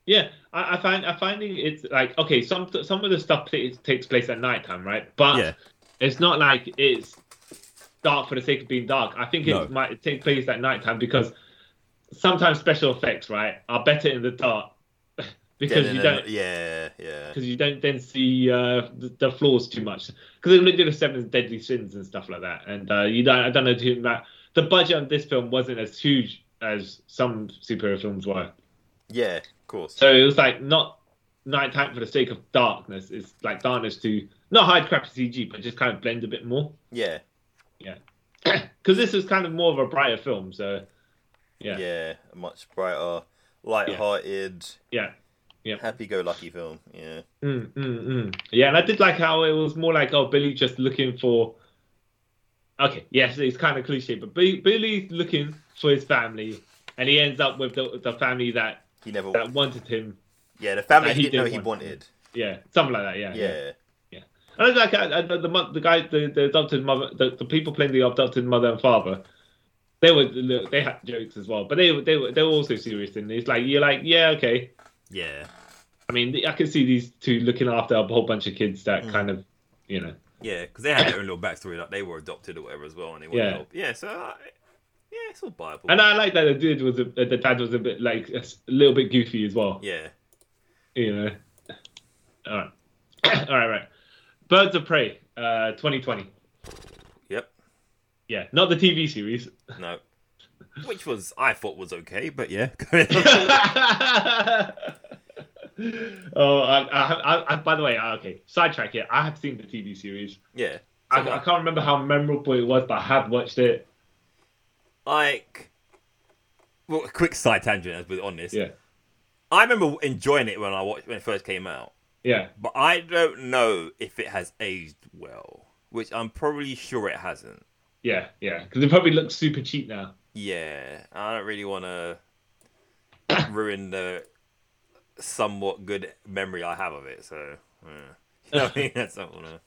S3: yeah, I, I find I finding it's like okay, some some of the stuff pla- takes place at nighttime, right? But
S2: Yeah.
S3: it's not like it's dark for the sake of being dark. I think it
S2: No.
S3: might take place at nighttime because sometimes special effects, right, are better in the dark because
S2: Yeah,
S3: you
S2: no, no,
S3: don't
S2: no. Yeah, yeah.
S3: because you don't then see uh, the, the flaws too much. Because they did the Seven Deadly Sins and stuff like that, and uh, you don't. I don't know too much. The budget on this film wasn't as huge as some superhero films were,
S2: Yeah, of course.
S3: so it was like not nighttime for the sake of darkness. It's like darkness to not hide crappy CG, but just kind of blend a bit more.
S2: Yeah,
S3: Because this is kind of more of a brighter film, so
S2: yeah.
S3: Yeah.
S2: Much brighter, light-hearted,
S3: yeah.
S2: happy-go-lucky film. Yeah.
S3: Mm, mm, mm. Yeah, and I did like how it was more like, oh, Billy just looking for. Okay, yes, it's kind of cliche, but Bi- Billy's looking for his family, and he ends up with the, the family that
S4: he never.
S3: that wanted him.
S4: Yeah, the
S3: that
S4: family
S3: he didn't want. Yeah, something like that. Yeah, And I did like I, I, the mo- the guy, the, the adopted mother, the, the people playing the adopted mother and father. They were look, they had jokes as well, but they were- they were they were also serious. And it's like you're like, yeah, okay.
S2: Yeah.
S3: I mean, I can see these two looking after a whole bunch of kids that kind of, you know.
S2: Yeah, because they had their own little backstory, like they were adopted or whatever as well, and they wanted
S3: Yeah.
S2: help. Yeah, so uh, yeah, it's all viable.
S3: And I like that the dude was a, the dad was a bit like a s- little bit goofy as well.
S2: yeah,
S3: You know. All right, all right, right. Birds of Prey, uh, 2020.
S2: yep,
S3: Yeah, not the TV series.
S2: no, which was I thought was okay, but yeah,
S3: oh, I, I, I, I, by the way, uh, okay, sidetrack here. I have seen the TV series.
S2: yeah,
S3: I,
S2: So,
S3: I can't remember how memorable it was, but I have watched it.
S2: like, well, a quick side tangent as with on this.
S3: Yeah,
S2: I remember enjoying it when I watched when it first came out,
S3: yeah,
S2: but I don't know if it has aged well, which I'm probably sure it hasn't.
S3: yeah, yeah. Because it probably looks super cheap now.
S2: Yeah, I don't really want to ruin the somewhat good memory I have of it. So, yeah. you know what I mean? That's not wanna.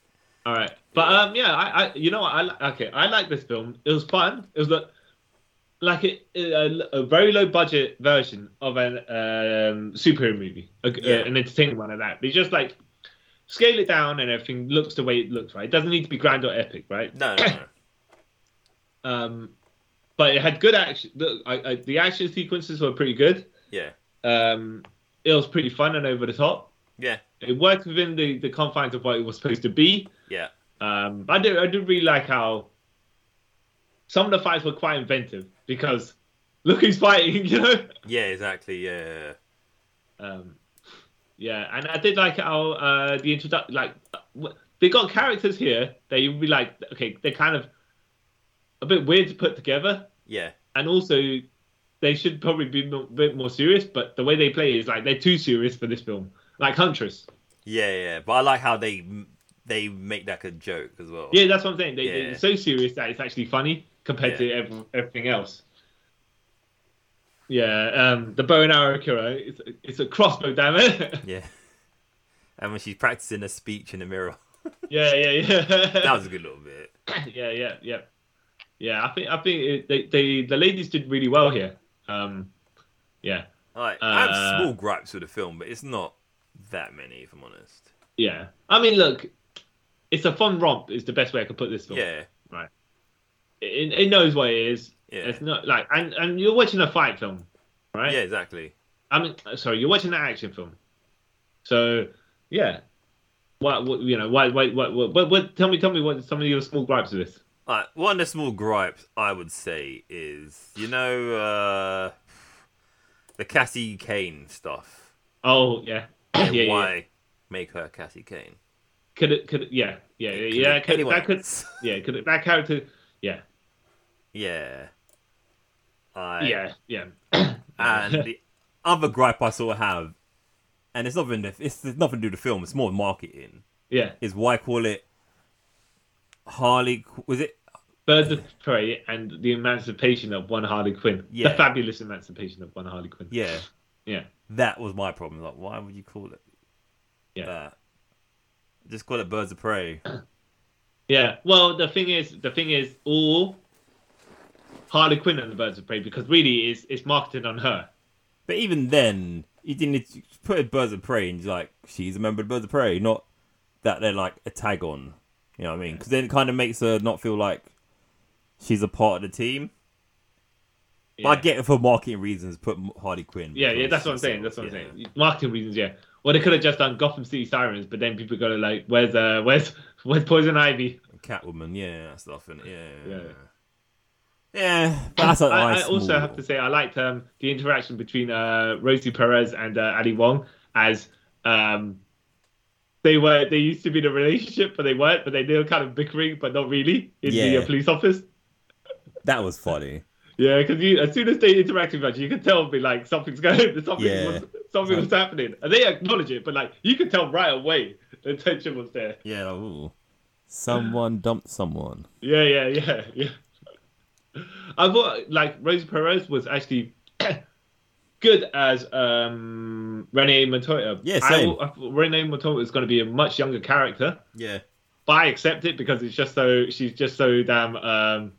S3: All right, but um, yeah, I, I, you know, what, I li- okay, I like this film. It was fun. It was like, like a, a, a very low budget version of an um superhero movie, a, uh,
S2: Yeah.
S3: an entertainment one of that. They just like scale it down, and everything looks the way it looks. Right, it doesn't need to be grand or epic, right?
S2: No, no, no.
S3: Um, but it had good action. The, I, I, the action sequences were pretty good.
S2: Yeah,
S3: Um, it was pretty fun and over the top.
S2: yeah,
S3: It worked within the, the confines of what it was supposed to be.
S2: yeah,
S3: Um, I do I do really like how some of the fights were quite inventive because look who's fighting, you know.
S2: yeah. Exactly. Yeah,
S3: Um, yeah, and I did like how uh, the introduction, like w- they got characters here that you'd be like, okay, they're kind of a bit weird to put together,
S2: Yeah.
S3: and also they should probably be a bit more serious. But the way they play is like they're too serious for this film, like Huntress.
S2: Yeah, yeah. But I like how they they make that a joke as well.
S3: Yeah, that's what I'm saying. They,
S2: Yeah.
S3: They're so serious that it's actually funny compared to ev- everything else. Yeah, um, the bow and arrow killer. It's, it's a crossbow, damn it.
S2: Yeah. And when she's practicing a speech in the mirror,
S3: yeah, yeah, yeah.
S2: that was a good little bit.
S3: yeah, yeah, yeah, yeah. I think I think it, they, they the ladies did really well here. Um, yeah,
S2: Like, I have
S3: Uh,
S2: small gripes with the film, but it's not that many, if I'm honest.
S3: yeah. I mean, look, it's a fun romp. Is the best way I could put this film.
S2: Yeah,
S3: It, it knows what it is.
S2: Yeah.
S3: It's not like and and you're watching a fight film, right?
S2: yeah, exactly.
S3: I mean, sorry, you're watching an action film. So, yeah. What, what you know? Why? Why? What, what, what, what? Tell me, tell me what some of your small gripes of this.
S2: Like, one of the small gripes I would say is, you know, uh, the Cassie Kane stuff.
S3: Oh yeah, yeah, yeah.
S2: Why
S3: yeah.
S2: make her Cassie Kane?
S3: Could it? Could it? Yeah, yeah,
S2: Could
S3: yeah. yeah
S2: it-
S3: could,
S2: anyone
S3: that could.
S2: else?
S3: Yeah, could it, that character? Yeah,
S2: Yeah. I,
S3: yeah, yeah.
S2: And the other gripe I sort of have, and it's nothing. to- It's, it's nothing to do with the film. It's more marketing.
S3: Yeah,
S2: Is why call it Harley? Qu- Was it?
S3: Birds of Prey and the Emancipation of One Harley Quinn.
S2: Yeah.
S3: The fabulous Emancipation of One Harley Quinn.
S2: Yeah,
S3: yeah,
S2: that was my problem. Like, why would you call it
S3: Yeah.
S2: that? Just call it Birds of Prey.
S3: yeah. Well, the thing is, the thing is, all Harley Quinn and the Birds of Prey because really is it's marketed on her.
S2: But even then, you didn't need to put a Birds of Prey and you're like, she's a member of Birds of Prey, not that they're like a tag on. You know what I mean? Because then it kind of makes her not feel like she's a part of the team. But I
S3: Yeah.
S2: get it for marketing reasons, put Harley Quinn.
S3: Yeah, yeah,
S2: because
S3: that's what I'm
S2: she's-
S3: saying. That's what I'm
S2: yeah.
S3: saying. Marketing reasons, yeah. Well, they could have just done Gotham City Sirens, but then people go to like, where's uh, where's where's Poison Ivy?
S2: Catwoman, yeah, that stuff, and yeah, yeah,
S3: Yeah.
S2: but Oh, that's like
S3: I,
S2: my
S3: I also
S2: small-
S3: have to say I liked um, the interaction between uh, Rosie Perez and uh, Ali Wong as um, they were they used to be in a relationship but they weren't but they, they were kind of bickering but not really in
S2: Yeah.
S3: the uh, police office.
S2: that was funny.
S3: Yeah, because you as soon as they interact with each other, you can tell me like something's going, something
S2: Yeah.
S3: was, something was happening, and they acknowledge it, but like you can tell right away the tension was there.
S2: Yeah, like, ooh, someone dumped someone.
S3: Yeah, yeah, yeah, yeah. I thought like Rosie Perez was actually good as um Rene Montoya.
S2: Yeah,
S3: I,
S2: same.
S3: I thought Rene Montoya was going to be a much younger character,
S2: Yeah,
S3: but I accept it because it's just so she's just so damn um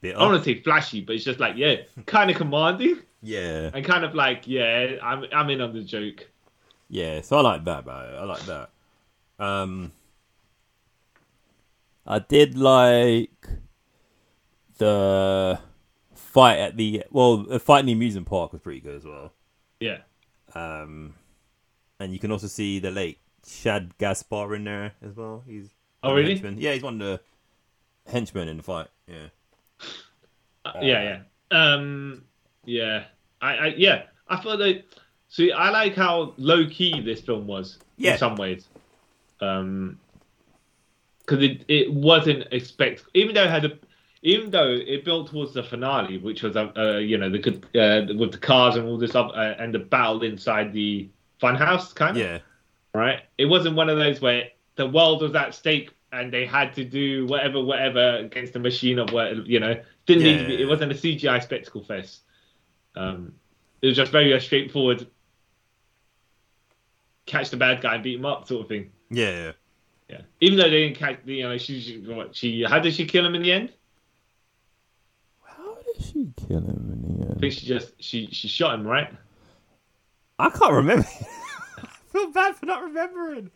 S2: bit.
S3: I want to say flashy, but it's just like yeah, kind of commanding
S2: Yeah,
S3: and kind of like yeah, I'm I'm in on the joke.
S2: yeah. So I like that about it. I like that. Um, I did like the fight at the well, the fight in the amusement park was pretty good as well.
S3: Yeah,
S2: Um, and you can also see the late Shad Gaspar in there as well. He's one
S3: Oh,
S2: of the
S3: really?
S2: henchmen. Yeah, he's one of the henchmen in the fight. Yeah,
S3: Uh, yeah, yeah. Um, yeah, I, I yeah, I thought they. See, I like how low key this film was
S2: Yeah.
S3: in some ways. Um, because it it wasn't expect even though it had a. Even though it built towards the finale, which was, uh, uh, you know, the good uh, with the cars and all this up, uh, and the battle inside the funhouse, kind of
S2: yeah,
S3: right? It wasn't one of those where the world was at stake and they had to do whatever, whatever against the machine of what you know. Didn't need to
S2: Yeah.
S3: be. It wasn't a CGI spectacle fest. Um, it was just very uh, straightforward. Catch the bad guy and beat him up, sort of thing.
S2: yeah.
S3: Yeah. Even though they didn't catch, you know, she, she, what, she how did she kill him in the end?
S2: How did she kill him in the
S3: I
S2: end?
S3: think she just she she shot him, right?
S2: I can't remember. I feel bad for not remembering.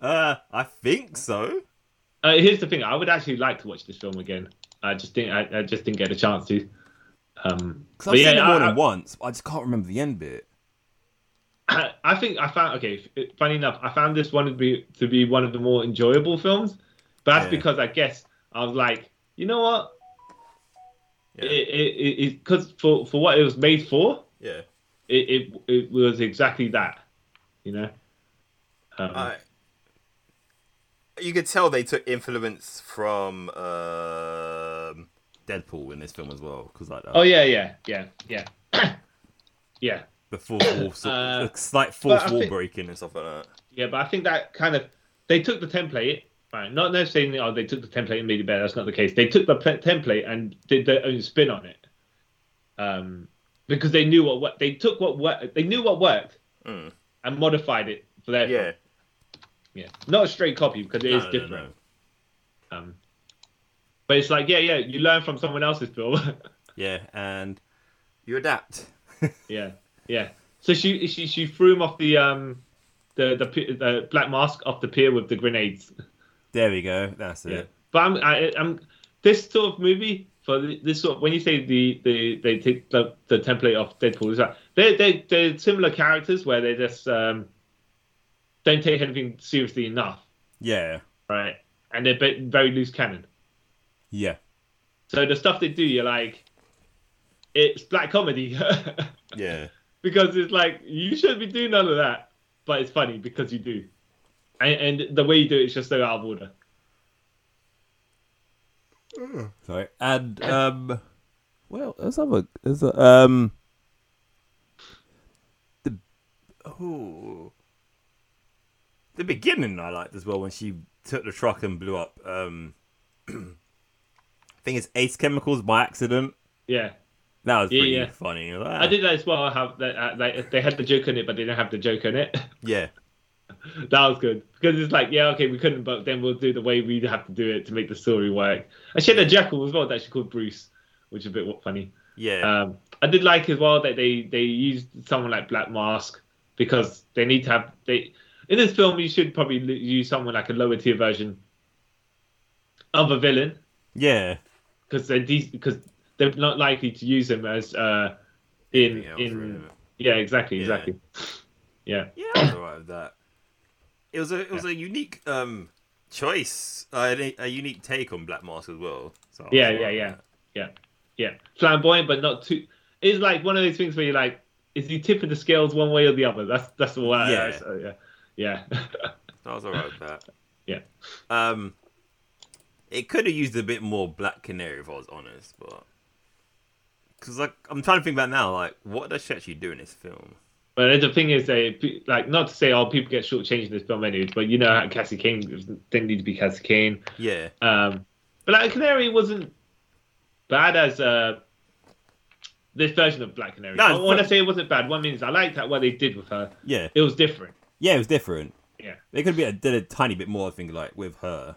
S2: Uh, I think so.
S3: Uh, here's the thing: I would actually like to watch this film again. I just didn't. I, I just didn't get a chance to. Um,
S2: Because
S3: but
S2: I've seen it
S3: I-
S2: more
S3: I-
S2: than once. But I just can't remember the end bit.
S3: I I think I found okay. f- Funny enough, I found this one to be to be one of the more enjoyable films, but that's
S2: Yeah.
S3: because I guess I was like, you know what,
S2: Yeah,
S3: it because for for what it was made for,
S2: yeah.
S3: it it, it was exactly that, you know. Um,
S2: You could tell they took influence from um Deadpool in this film as well because like
S3: Oh yeah, yeah, yeah, yeah, yeah,
S2: the fourth wall, sort
S3: Uh,
S2: the slight fourth
S3: but I
S2: wall
S3: think-
S2: breaking and stuff like that.
S3: yeah. But I think that kind of they took the template. Right, not necessarily. Oh, they took the template and made it better. That's not the case. They took the pl- template and did their own spin on it, um, because they knew what, what they took what worked. They knew what worked
S2: Mm.
S3: and modified it for their
S2: Yeah,
S3: yeah. Not a straight copy because it
S2: No,
S3: is
S2: no, no,
S3: different. Um, but it's like yeah, yeah. You learn from someone else's film.
S2: no. Yeah, and you adapt.
S3: Yeah, yeah. So she she she threw him off the um the the, pi- the black mask off the pier with the grenades.
S2: There we go. That's
S3: Yeah.
S2: it.
S3: But I'm I, I'm this sort of movie for th- this sort of, when you say the, the they take the, the template off Deadpool is that they they they're similar characters where they just um don't take anything seriously enough,
S2: Yeah,
S3: right? And they're ve- very loose cannon.
S2: yeah,
S3: So the stuff they do, you're like, it's black comedy.
S2: yeah.
S3: because it's like you shouldn't be doing none of that, but it's funny because you do, and, and the way you do it is just so out of order.
S2: Sorry. And um, well, there's other there's a, um, the oh, the beginning I liked as well when she took the truck and blew up. Um, I think it's Ace Chemicals by accident.
S3: Yeah,
S2: That was
S3: Yeah,
S2: pretty
S3: yeah.
S2: funny. Like,
S3: I did that as well. I Have that uh, like they had the joke in it, but they didn't have the joke in it.
S2: Yeah,
S3: that was good because it's like yeah, okay, we couldn't, but then we'll do the way we have to do it to make the story work. And she had a jackal as well that she called Bruce, which is a bit funny.
S2: yeah,
S3: Um, I did like as well that they they used someone like Black Mask because they need to have they in this film you should probably l- use someone like a lower tier version of a villain
S2: yeah,
S3: because they're because they're not likely to use him as uh in
S2: Anything else,
S3: in
S2: really.
S3: yeah exactly
S2: Yeah.
S3: exactly yeah
S2: yeah. I was alright with that. It was a it was a unique um choice, uh, a, a unique take on Black Mask as well. So I was
S3: yeah
S2: alright
S3: yeah
S2: with
S3: yeah
S2: that.
S3: yeah yeah flamboyant but not too it's like one of those things where you're like is he tipping the scales one way or the other that's that's the way
S2: Yeah.
S3: so, yeah yeah
S2: I was alright with that.
S3: Yeah.
S2: Um, it could have used a bit more Black Canary if I was honest, but because like I'm trying to think about now, like what does she actually do in this film?
S3: But the thing is, they pe- like not to say oh people get shortchanged in this film anyway, but you know how Cassie Kane didn't need to be Cassie Kane.
S2: Yeah,
S3: Um, but like Canary wasn't bad as uh, this version of Black Canary.
S2: No,
S3: I
S2: it's
S3: want to
S2: not-
S3: say it wasn't bad. One means I liked that what they did with her.
S2: yeah,
S3: It was different.
S2: yeah. It was different.
S3: Yeah,
S2: They could have been- did a tiny bit more. I think like with her.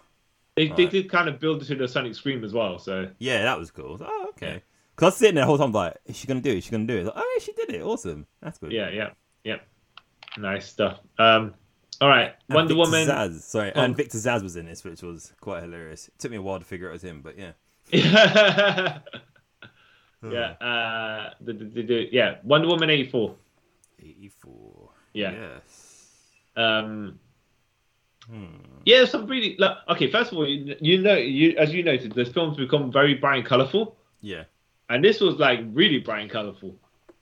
S3: they, they
S2: Right.
S3: did kind of build to the Sonic Scream as well. So
S2: Yeah, that was cool. I was like, oh, okay. Because I was sitting there the whole time like, is she gonna do it? Is she gonna do it? Like, oh yeah, she did it. Awesome. That's good.
S3: yeah, yeah, yeah, nice stuff. Um, all right,
S2: And
S3: Wonder
S2: Victor
S3: Woman.
S2: Zsasz, sorry,
S3: Oh.
S2: and Victor Zaz was in this, which was quite hilarious. It took me a while to figure it was him, but yeah.
S3: yeah,
S2: Hmm.
S3: uh, the, the, the, the, yeah, Wonder Woman eighty four.
S2: 84.
S3: Yeah.
S2: Yes.
S3: Um,
S2: Hmm.
S3: Yeah, some really. Like, okay, first of all, you, you know, you as you noted, this film's become very bright and colourful,
S2: Yeah.
S3: and this was like really bright and colourful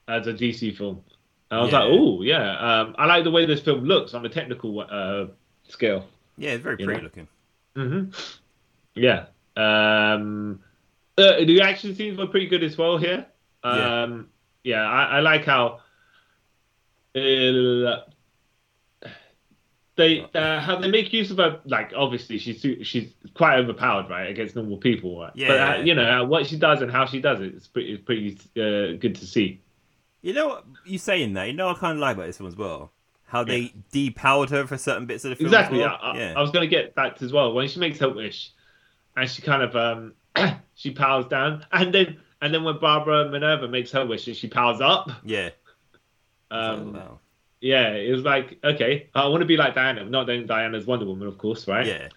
S3: as a DC film. And I was
S2: Yeah.
S3: like, oh yeah, um, I like the way this film looks on a technical uh, scale.
S2: Yeah, it's very
S3: You
S2: pretty
S3: know?
S2: looking.
S3: hmm Yeah. Um, uh, the action scenes were pretty good as well here.
S2: Yeah.
S3: Um, yeah. I, I like how uh, they uh, how they make use of her. Like, obviously, she's too- she's quite overpowered, right, against normal people. Right? But
S2: Yeah.
S3: uh, you know uh, what she does and how she does it. It's pretty it's pretty uh, good to see.
S2: You know what you saying that? You know what I kind of like about this film as well. How they depowered her for certain bits of the film. as
S3: Exactly.
S2: well.
S3: I, I-
S2: yeah.
S3: I was going to get that as well. When she makes her wish, and she kind of um, she powers down, and then and then when Barbara Minerva makes her wish, and she powers up.
S2: yeah.
S3: Um,
S2: So, wow.
S3: Yeah, it was like okay, I want to be like Diana, not then Diana's Wonder Woman, of course, right?
S2: Yeah.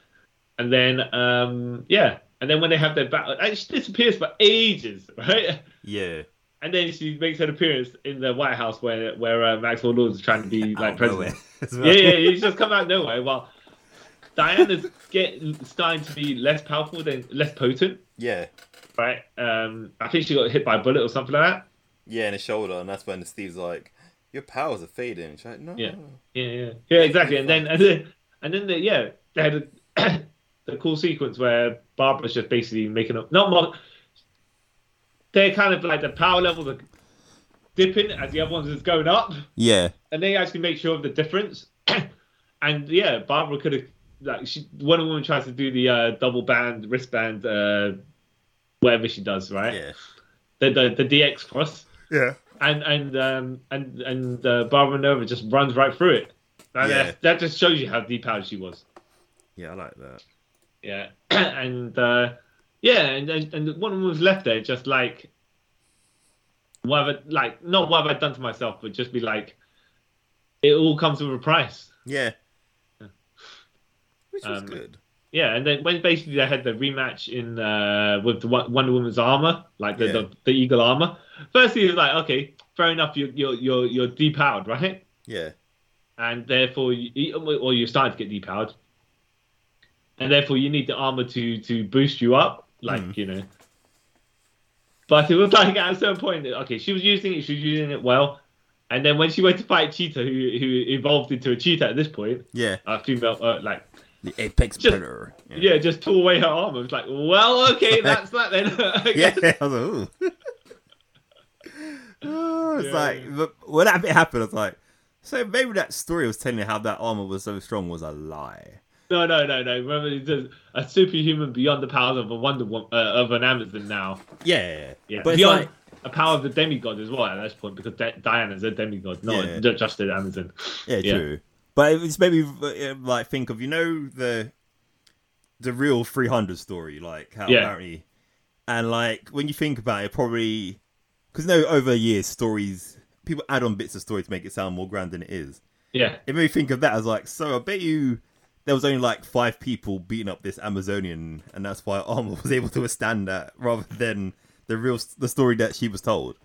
S3: And then um, yeah, and then when they have their battle, and she disappears for ages, right?
S2: Yeah.
S3: And then she makes her appearance in the White House where where uh, Maxwell Lord is trying to be
S2: Out
S3: like
S2: of
S3: president.
S2: nowhere as well.
S3: yeah, yeah, he's just come out of nowhere. Well, Diana's get starting to be less powerful than less potent,
S2: Yeah.
S3: right? Um, I think she got hit by a bullet or something like that.
S2: Yeah, in his shoulder, and that's when Steve's like, "Your powers are fading." She's like, "No."
S3: Yeah. Yeah, yeah, yeah, exactly. And then and then and then they, yeah, they had a, the cool sequence where Barbara's just basically making up not mock. they're kind of like the power levels are dipping as the other ones is going up,
S2: Yeah.
S3: and they actually make sure of the difference. and yeah, Barbara could have like she Wonder Woman tries to do the uh, double band wristband, uh, whatever she does, right?
S2: Yeah.
S3: The, the the DX cross,
S2: Yeah.
S3: and and um and and uh, Barbara Nova just runs right through it. That,
S2: Yeah.
S3: that, that just shows you how depowered she was.
S2: Yeah, I like that.
S3: Yeah, and uh, yeah, and, and and one of them was left there, just like what have I, like not what have I done to myself, but just be like, it all comes with a price.
S2: Yeah. Which was
S3: Um,
S2: good.
S3: Yeah, and then when basically they had the rematch in uh, with the Wo- Wonder Woman's armor, like the,
S2: Yeah.
S3: the, the eagle armor. Firstly, it's like okay, fair enough, you you're you're you're depowered, right?
S2: Yeah.
S3: and therefore you, or you're starting to get depowered, and therefore you need the armor to to boost you up, like you know. But it was like at a certain point, okay, she was using it, she was using it well, and then when she went to fight Cheetah, who who evolved into a cheetah at this point,
S2: Yeah.
S3: a female, uh, like
S2: The apex
S3: Just-
S2: predator. Yeah.
S3: yeah, just tore away her armor. It was like, well, okay, that's that then. I
S2: Yeah.
S3: guess.
S2: I was like, ooh. oh, it's
S3: Yeah.
S2: like but when that bit happened, I was like, so maybe that story was telling you how that armor was so strong was a lie.
S3: No, no, no, no. Remember, it's just a superhuman beyond the powers of a Wonder Woman, uh, of an Amazon now.
S2: Yeah.
S3: Yeah,
S2: But it's
S3: beyond
S2: like
S3: a power of the demigod as well at this point because Di- Diana's a demigod, not
S2: Yeah.
S3: ju- just an Amazon.
S2: Yeah,
S3: Yeah.
S2: true. But it's made me uh, like think of you know the the real 300 story, like how
S3: Yeah.
S2: apparently, and like when you think about it, probably because no over years stories people add on bits of story to make it sound more grand than it is.
S3: Yeah,
S2: It made me think of that as like, so I bet you there was only like five people beating up this Amazonian, and that's why Armor was able to withstand that rather than the real s- the story that she was told.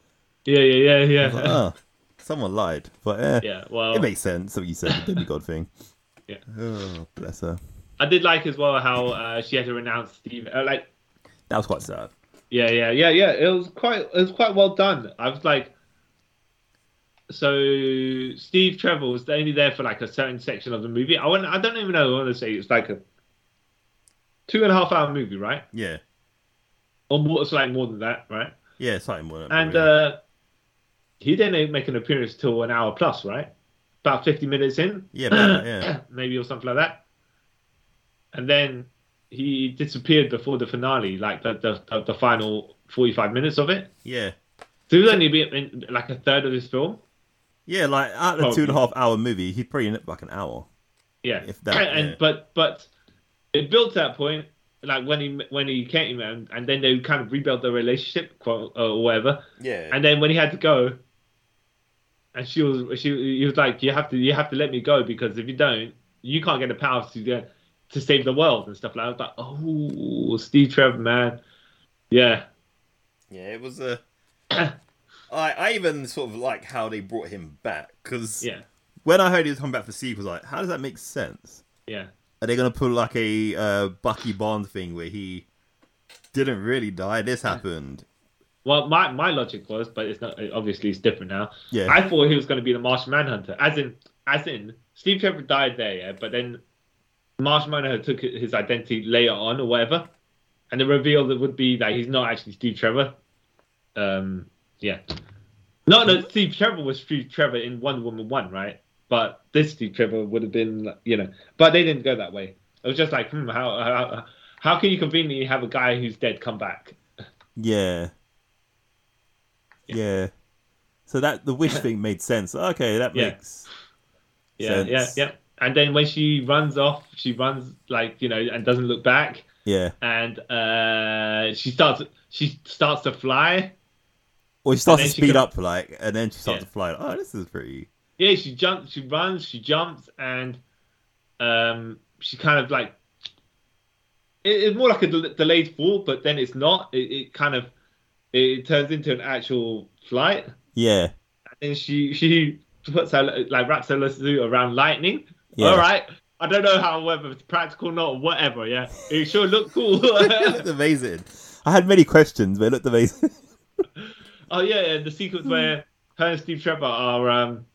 S3: yeah, yeah, yeah, yeah.
S2: Like, oh, someone lied, but eh.
S3: yeah, well,
S2: It makes sense what you said, the demigod thing.
S3: Yeah.
S2: Oh, bless her.
S3: I did like as well how uh, she had to renounce Steve. Uh, like,
S2: That was quite sad.
S3: yeah, yeah, yeah, yeah. It was quite, it was quite well done. I was like, so Steve Trevor was only there for like a certain section of the movie. I wouldn't, I don't even know. I want to say it's like a two and a half hour movie, right?
S2: Yeah.
S3: Or more, it's like more than that, right?
S2: Yeah, slightly more. than that,
S3: And
S2: but really.
S3: uh, he didn't make an appearance till an hour plus, right? About 50 minutes in,
S2: yeah, about that, yeah.
S3: maybe, or something like that. And then he disappeared before the finale, like the, the, the, the final 45 minutes of it.
S2: Yeah.
S3: So he was only been in like a third of this film.
S2: Yeah, like out of the two and a half hour movie, he'd probably end up like an hour.
S3: Yeah.
S2: If that,
S3: and
S2: yeah.
S3: But but it built to that point, like when he when he came and, and then they kind of rebuilt their relationship, quote, uh, or whatever.
S2: Yeah.
S3: And then when he had to go, and she was she he was like, you have to you have to let me go because if you don't, you can't get the powers to get to save the world and stuff like that. I was like, oh, Steve Trevor, man, yeah,
S2: yeah, it was a. I, I even sort of like how they brought him back because
S3: yeah,
S2: when I heard he was coming back for sequels, like, how does that make sense?
S3: yeah,
S2: Are they going to put like a uh, Bucky Barnes thing where he didn't really die? This happened.
S3: Well, my, my logic was, but it's not obviously it's different now.
S2: Yeah.
S3: I thought he was going to be the Martian Manhunter, as in as in Steve Trevor died there, yeah, but then Martian Manhunter took his identity later on or whatever, and the reveal that would be that he's not actually Steve Trevor. Um, yeah, no, no, Steve Trevor was Steve Trevor in One Woman One, right? But this Steve Trevor would have been, you know, but they didn't go that way. It was just like, hmm, how how how can you conveniently have a guy who's dead come back?
S2: Yeah. Yeah. So that the wish thing made sense. Okay, that
S3: Yeah.
S2: makes
S3: Yeah, yeah,
S2: sense.
S3: yeah. And then when she runs off, she runs like you know, and doesn't look back,
S2: yeah.
S3: and uh, she starts she starts to fly.
S2: Or she starts
S3: then
S2: to
S3: she
S2: speed
S3: could-
S2: up like, and then she starts
S3: Yeah.
S2: to fly. Like, oh, this is pretty.
S3: Yeah, she jumps, she runs, she jumps, and um, she kind of like it, it's more like a del- delayed fall, but then it's not. It, it kind of it turns into an actual flight,
S2: Yeah,
S3: and she she puts her like wraps her lasso around lightning.
S2: Yeah.
S3: All right. I don't know how whether it's practical or not or whatever, yeah. It sure looked cool.
S2: it looked amazing. I had many questions, but it looked amazing.
S3: Oh yeah, yeah, the sequence where her and Steve Trevor are um,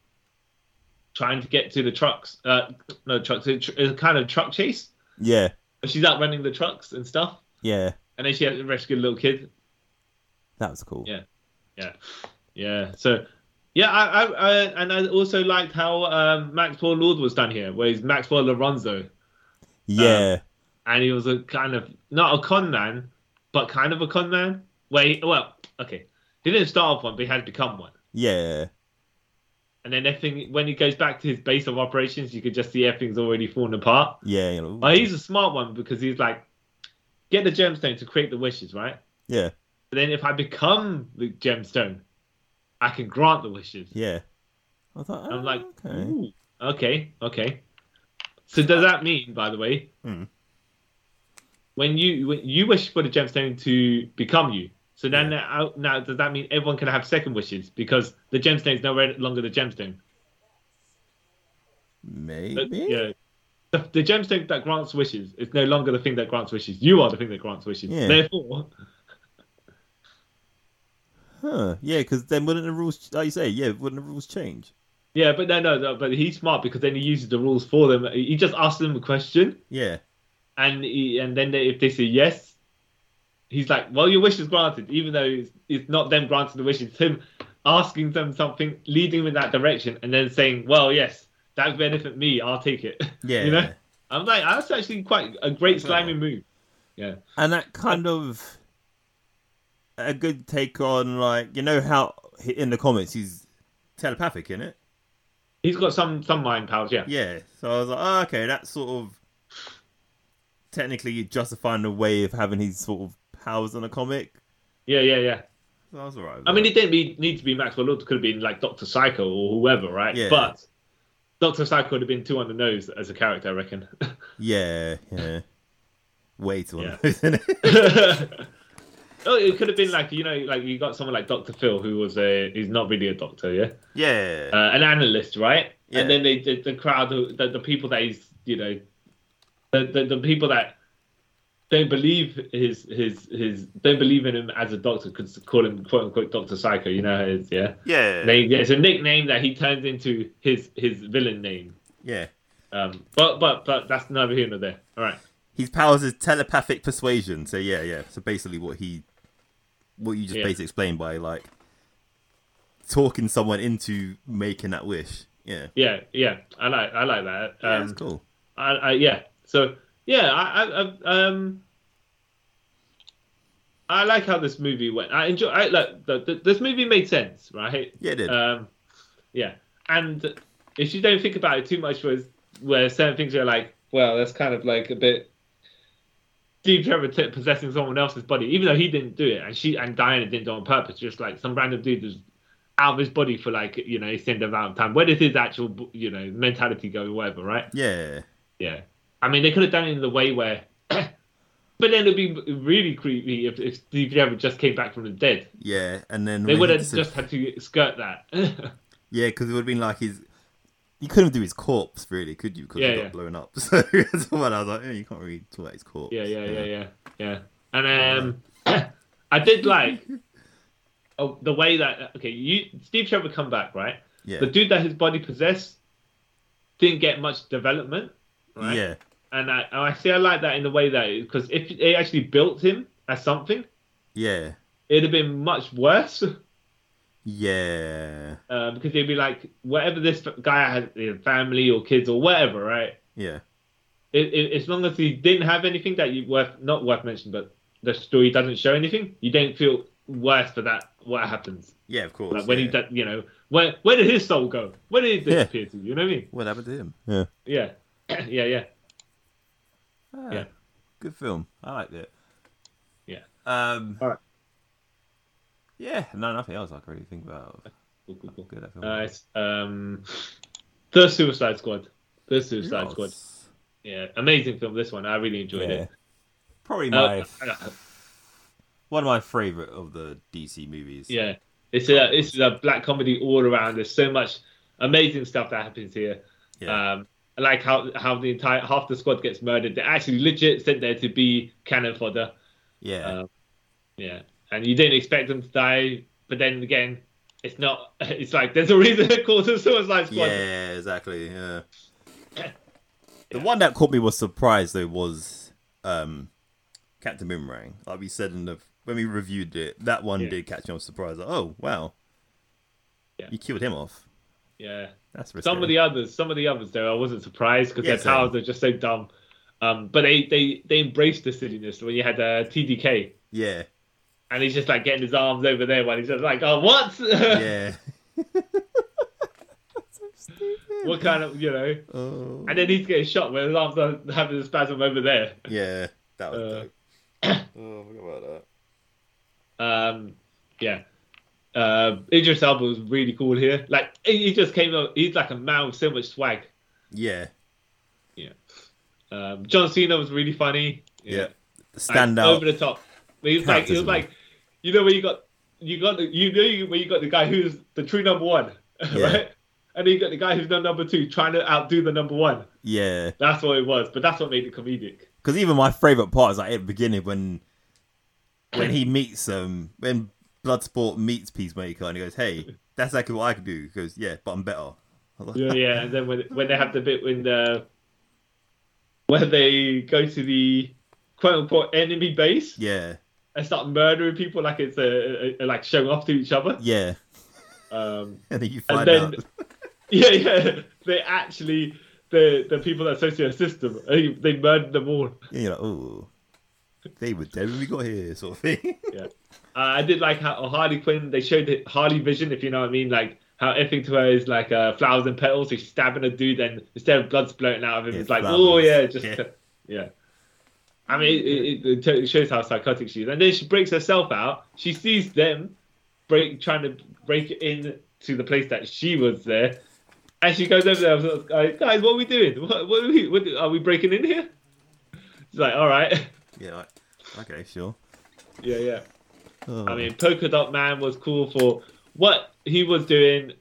S3: trying to get to the trucks. Uh, no trucks. It's a kind of truck chase.
S2: yeah,
S3: She's out running the trucks and stuff,
S2: yeah.
S3: and then she has to rescue a little kid.
S2: That was cool.
S3: Yeah. yeah, yeah. So, yeah, I, I, I and I also liked how um, Maxwell Lord was done here, where he's Maxwell Lorenzo,
S2: Yeah.
S3: and he was a kind of not a con man, but kind of a con man. Where he, well, okay, he didn't start off one, but he had become one.
S2: yeah.
S3: And then everything when he goes back to his base of operations, you could just see everything's already falling apart.
S2: Yeah. you know,
S3: But he's a smart one because he's like, get the gemstone to create the wishes, right?
S2: yeah.
S3: But then if I become the gemstone, I can grant the wishes.
S2: Yeah. I thought, "Oh,
S3: I'm like,
S2: okay.
S3: ooh, okay, okay. So does that mean, by the way,
S2: Hmm.
S3: when you when you wish for the gemstone to become you? So then now, now does that mean everyone can have second wishes because the gemstone is no longer the gemstone?
S2: maybe.
S3: But, yeah. The, the gemstone that grants wishes is no longer the thing that grants wishes. You are the thing that grants wishes.
S2: Yeah.
S3: Therefore,
S2: Huh. Yeah, because then wouldn't the rules, like you say, yeah, wouldn't the rules change?
S3: yeah, but no, no, no, but he's smart because then he uses the rules for them. He just asks them a question,
S2: Yeah.
S3: and he, and then they, if they say yes, he's like, "Well, your wish is granted," even though it's, it's not them granting the wish; it's him asking them something, leading them in that direction, and then saying, "Well, yes, that benefit me. I'll take it."
S2: Yeah.
S3: you know, I'm like, that's actually quite a great slimy move. Yeah,
S2: And that kind of a good take on, like, you know how he- in the comics he's telepathic, in it?
S3: he's got some some mind powers. Yeah,
S2: Yeah. So I was like, oh, okay, that's sort of technically justifying the way of having his sort of powers in a comic.
S3: yeah, yeah, yeah.
S2: So I was alright. with
S3: I mean,
S2: that.
S3: it didn't be, need to be Maxwell Lord. It could have been like Doctor Psycho or whoever, right?
S2: Yeah.
S3: But Doctor Psycho would have been too on the nose as a character, I reckon.
S2: yeah, yeah. Way too
S3: Yeah.
S2: on isn't it?
S3: Oh, it could have been like you know, like you got someone like Doctor Phil, who was a he's not really a doctor, yeah,
S2: Yeah.
S3: uh, an analyst, right?
S2: Yeah.
S3: And then they, the, the crowd, who- the, the people that he's you know, the, the the people that don't believe his his his don't believe in him as a doctor could call him quote unquote Doctor Psycho, you know, how it is, yeah.
S2: yeah.
S3: They, it's a nickname that he turns into his his villain name.
S2: yeah.
S3: Um, but but but that's neither here nor there. All right.
S2: His powers is telepathic persuasion. So yeah, yeah. So basically, what he, what you just
S3: Yeah.
S2: basically explained by like talking someone into making that wish. Yeah,
S3: Yeah, yeah, I like I like that.
S2: yeah,
S3: Um,
S2: that's cool.
S3: I, I, yeah. So yeah, I, I, I um, I like how this movie went. I enjoy. I like the, the, this movie made sense, right?
S2: Yeah, it did.
S3: Um, yeah, and if you don't think about it too much, was where certain things are like, well, that's kind of like a bit. Steve Trevor t- possessing someone else's body, even though he didn't do it, and she and Diana didn't do it on purpose. Just like some random dude was out of his body for like you know extended amount of time. Where does his actual you know mentality go, or whatever, right?
S2: yeah,
S3: Yeah. I mean, they could have done it in the way where. but then it'd be really creepy if, if Steve Trevor just came back from the dead.
S2: yeah. And then
S3: They
S2: when
S3: would
S2: he
S3: have
S2: just-
S3: just had to skirt that.
S2: yeah, because it would have been like his. You couldn't do his corpse really, could you? Because
S3: Yeah,
S2: it got
S3: yeah.
S2: blown up. So that's what I was like, eh, you can't really talk about his corpse.
S3: yeah, yeah, yeah, yeah, yeah. And um, I did like oh, the way that okay, you Steve Trevor come back right.
S2: yeah,
S3: The dude that his body possessed didn't get much development, right?
S2: yeah.
S3: And I, and I see I like that in the way that because if they actually built him as something,
S2: yeah.
S3: it'd have been much worse.
S2: Yeah,
S3: uh, because they'd be like, whatever this guy has, you know, family or kids or whatever, right?
S2: yeah,
S3: It, it, as long as he didn't have anything that you worth not worth mentioning, but the story doesn't show anything, you don't feel worse for that. What happens?
S2: yeah. Of course.
S3: Like when
S2: yeah.
S3: he, does, you know, where where did his soul go? Where did it
S2: Yeah.
S3: disappear to? You know what I mean?
S2: What happened to him? Yeah.
S3: Yeah, yeah, yeah,
S2: Ah,
S3: Yeah.
S2: Good film. I liked it.
S3: yeah.
S2: Um,
S3: Alright.
S2: Yeah, no, nothing else I can really think about.
S3: Cool, cool, cool.
S2: Good, I feel.
S3: Uh, it's, um, the Suicide Squad. The Suicide Squad.
S2: Yes.
S3: Yeah, amazing film. This one, I really enjoyed
S2: Yeah.
S3: it.
S2: Probably my
S3: Uh, uh,
S2: one of my favorite of the DC movies.
S3: Yeah, it's a it's a black comedy all around. There's so much amazing stuff that happens here.
S2: yeah,
S3: Um, I like how how the entire half the squad gets murdered. They're actually legit sent there to be cannon fodder.
S2: yeah.
S3: um, Yeah, and you didn't expect them to die, but then again, it's not. It's like there's a reason it calls a Suicide Squad.
S2: Yeah, exactly. Yeah. The one that caught me was surprised though was um, Captain Boomerang. Like we said in the
S4: when we reviewed it, that one
S3: Yeah.
S4: did catch me on surprise. Like, oh wow,
S3: Yeah.
S4: you killed him off.
S3: Yeah.
S4: That's risky.
S3: Some of the others, some of the others, though, I wasn't surprised because
S4: Yeah,
S3: their powers
S4: same.
S3: are just so dumb. Um, but they they they embraced the silliness when you had uh, TDK
S4: yeah,
S3: and he's just like getting his arms over there while he's just like, oh, what?
S4: yeah.
S3: what kind of you know?
S4: Oh,
S3: And then he's getting shot when his arms are having a spasm over there.
S4: yeah. That was
S3: Uh,
S4: dope. oh, I forgot about that.
S3: Um, yeah. Uh, Idris Elba was really cool here. Like he he just came up. He's like a man with so much swag.
S4: Yeah,
S3: Yeah. Um, John Cena was really funny.
S4: yeah.
S3: Like,
S4: Stand out.
S3: over the top. He was like, he was
S4: Characterism.
S3: like, you know where you got, you got, the, you know you, where you got the guy who's the true number one,
S4: Yeah.
S3: right? And then you got the guy who's the number two trying to outdo the number one.
S4: Yeah.
S3: That's what it was, but that's what made it comedic.
S4: Because even my favorite part is like at the beginning when when he meets um when Bloodsport meets Peacemaker and he goes, "Hey, that's exactly what I could do." He goes, "Yeah, but I'm better." I was like,
S3: Yeah, yeah. And then when when they have the bit when the when they go to the quote unquote enemy base
S4: yeah,
S3: and start murdering people like it's a, a, a- like showing off to each other.
S4: yeah.
S3: Um,
S4: And then you
S3: and
S4: find
S3: then
S4: out,
S3: yeah, yeah, they actually the the people that associate the system they, they murdered them all.
S4: and you're like, "Oh, they were dead when we got here," sort of thing.
S3: Yeah, uh, I did like how Harley Quinn. They showed the Harley Vision, if you know what I mean, like. How effing to her is like uh, flowers and petals. She's stabbing a dude, and instead of blood splurting out of him,
S4: Yeah,
S3: it's like,
S4: flowers.
S3: oh yeah, just
S4: Yeah.
S3: yeah. I mean, it, it, it totally shows how psychotic she is. And then she breaks herself out. She sees them break, trying to break in to the place that she was there, and she goes over there. And says, "Guys, guys, what are we doing? What, what are we? What, are we breaking in here?" She's like, "All right,
S4: yeah, like, okay, sure.
S3: yeah, yeah."
S4: Oh,
S3: I mean, Polka Dot Man was cool for what he was doing.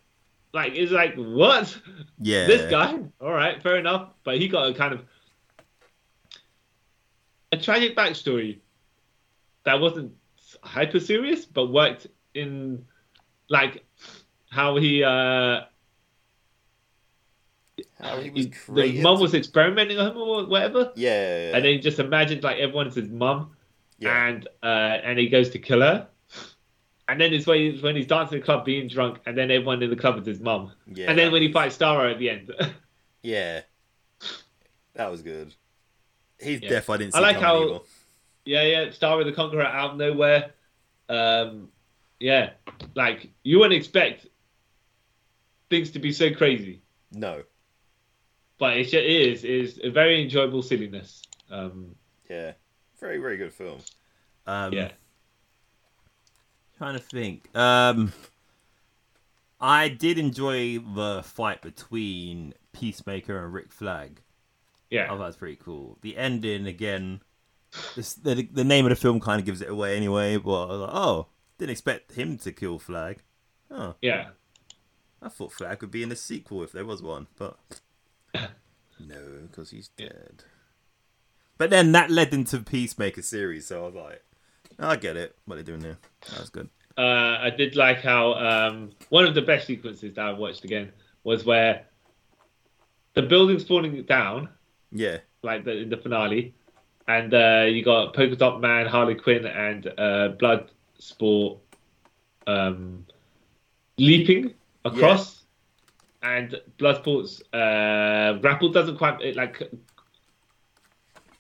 S3: Like, it's like, what?
S4: Oh, yeah,
S3: This guy? All right, fair enough. But he got a kind of a tragic backstory that wasn't hyper serious, but worked in like how he uh
S4: How he
S3: his the mum was experimenting on him or whatever,
S4: yeah,
S3: and then he just imagined like everyone's his mum.
S4: yeah,
S3: and uh, and he goes to kill her. And then it's when he's, when he's dancing in the club, being drunk, and then everyone in the club is his mum.
S4: yeah.
S3: and then when he fights Starro at the end,
S4: yeah, that was good. He's
S3: Yeah.
S4: deaf. I didn't. See
S3: I like
S4: coming
S3: how-
S4: either.
S3: yeah, yeah, Starro the Conqueror out of nowhere. Um, yeah, like you wouldn't expect things to be so crazy,
S4: No.
S3: but it, it is it is a very enjoyable silliness. Um,
S4: Yeah. Very, very good film. Um,
S3: yeah,
S4: Trying to think. Um, I did enjoy the fight between Peacemaker and Rick Flag.
S3: yeah,
S4: Oh, that's pretty cool. The ending again. this- The, the name of the film kind of gives it away anyway. But I was like, oh, didn't expect him to kill Flag. Oh,
S3: yeah.
S4: I thought Flag would be in the sequel if there was one, but no, because he's dead. But then that led into Peacemaker series, so I was like, I get it. What they're doing there, that's good.
S3: uh, I did like how um, one of the best sequences that I watched again was where the building's falling down,
S4: Yeah,
S3: like the, in the finale, and uh, you got Polka Dot Man, Harley Quinn, and uh, Blood Sport um, leaping across, and Bloodsport's uh, grapple doesn't quite it, like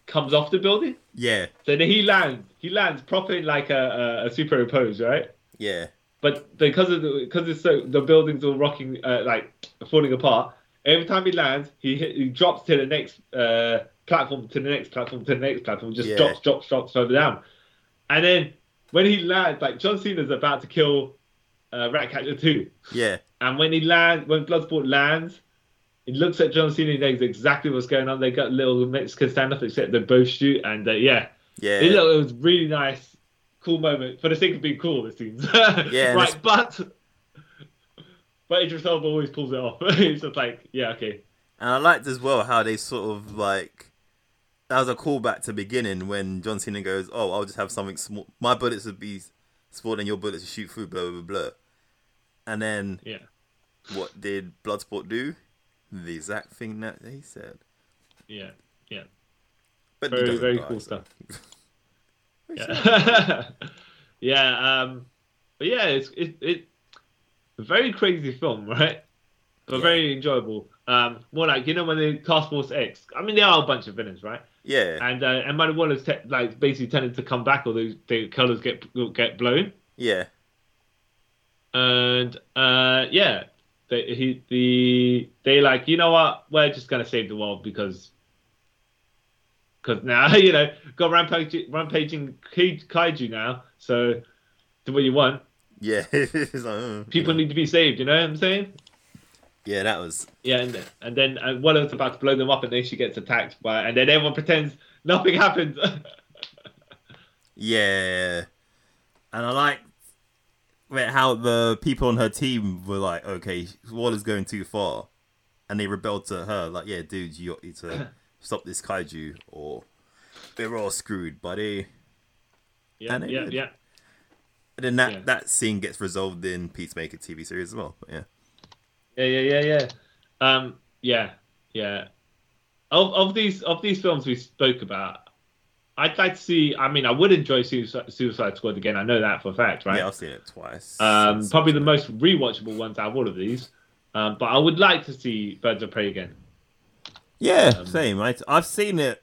S3: comes off the building.
S4: yeah,
S3: So then he lands, he lands proper in like a, a, a superimpose, right?
S4: yeah,
S3: but because of the because it's so the building's all rocking uh, like falling apart every time he lands he hit, he drops to the next uh, platform to the next platform to the next platform just
S4: Yeah.
S3: drops drops drops further down and then when he lands like john cena's about to kill uh, ratcatcher 2
S4: yeah,
S3: and when he lands when bloodsport lands he looks at john cena he knows exactly what's going on they got a little mexican standoff except they both shoot and uh, yeah
S4: yeah,
S3: it, looked- it was really nice, cool moment for the sake of being cool. It seems.
S4: and
S3: right,
S4: it's-
S3: but but Idris Elba always pulls it off. it's just like, yeah, okay,
S4: And I liked as well how they sort of like that was a callback to the beginning when John Cena goes, "Oh, I'll just have something small. My bullets would be smaller than your bullets to shoot through." Blah blah blah. And then
S3: yeah,
S4: what did Bloodsport do? The exact thing that he said.
S3: yeah, yeah.
S4: But he
S3: Very
S4: doesn't
S3: very
S4: die,
S3: cool
S4: so-
S3: stuff. Yeah. Yeah, um, but yeah, it's it, it a very crazy film, right? But very enjoyable. Um, more like you know when they Task Force X. I mean, there are a bunch of villains, right?
S4: Yeah,
S3: And uh, and Amanda Waller's te- like basically tended to come back, or the, the colors get get blown.
S4: yeah,
S3: And uh, yeah, they he the they like you know what we're just gonna save the world because because now you know got rampage rampaging kai- kaiju now, so do what you want.
S4: yeah. It's like, mm,
S3: People need to be saved. You know what I'm saying?
S4: yeah, that was
S3: Yeah, and, and then uh, Waller's about to blow them up, and then she gets attacked by, and then everyone pretends nothing happened.
S4: yeah. And I like wait, how the people on her team were like, okay, Waller's going too far, and they rebelled to her. Like, yeah, dude, you need to stop this kaiju, or they're all screwed, buddy.
S3: yeah,
S4: And they
S3: yeah,
S4: did.
S3: yeah.
S4: And then that
S3: Yeah.
S4: that scene gets resolved in Peacemaker TV series as well. But yeah,
S3: Yeah, yeah, yeah, yeah. Um, yeah, yeah. Of of these of these films we spoke about, I'd like to see. I mean, I would enjoy Suicide, Suicide Squad again. I know that for a fact, right?
S4: yeah, I've seen it twice.
S3: um,
S4: It's-
S3: probably the most rewatchable ones out of all of these. Um, but I would like to see Birds of Prey again.
S4: Yeah,
S3: Um,
S4: same. I, I've seen it.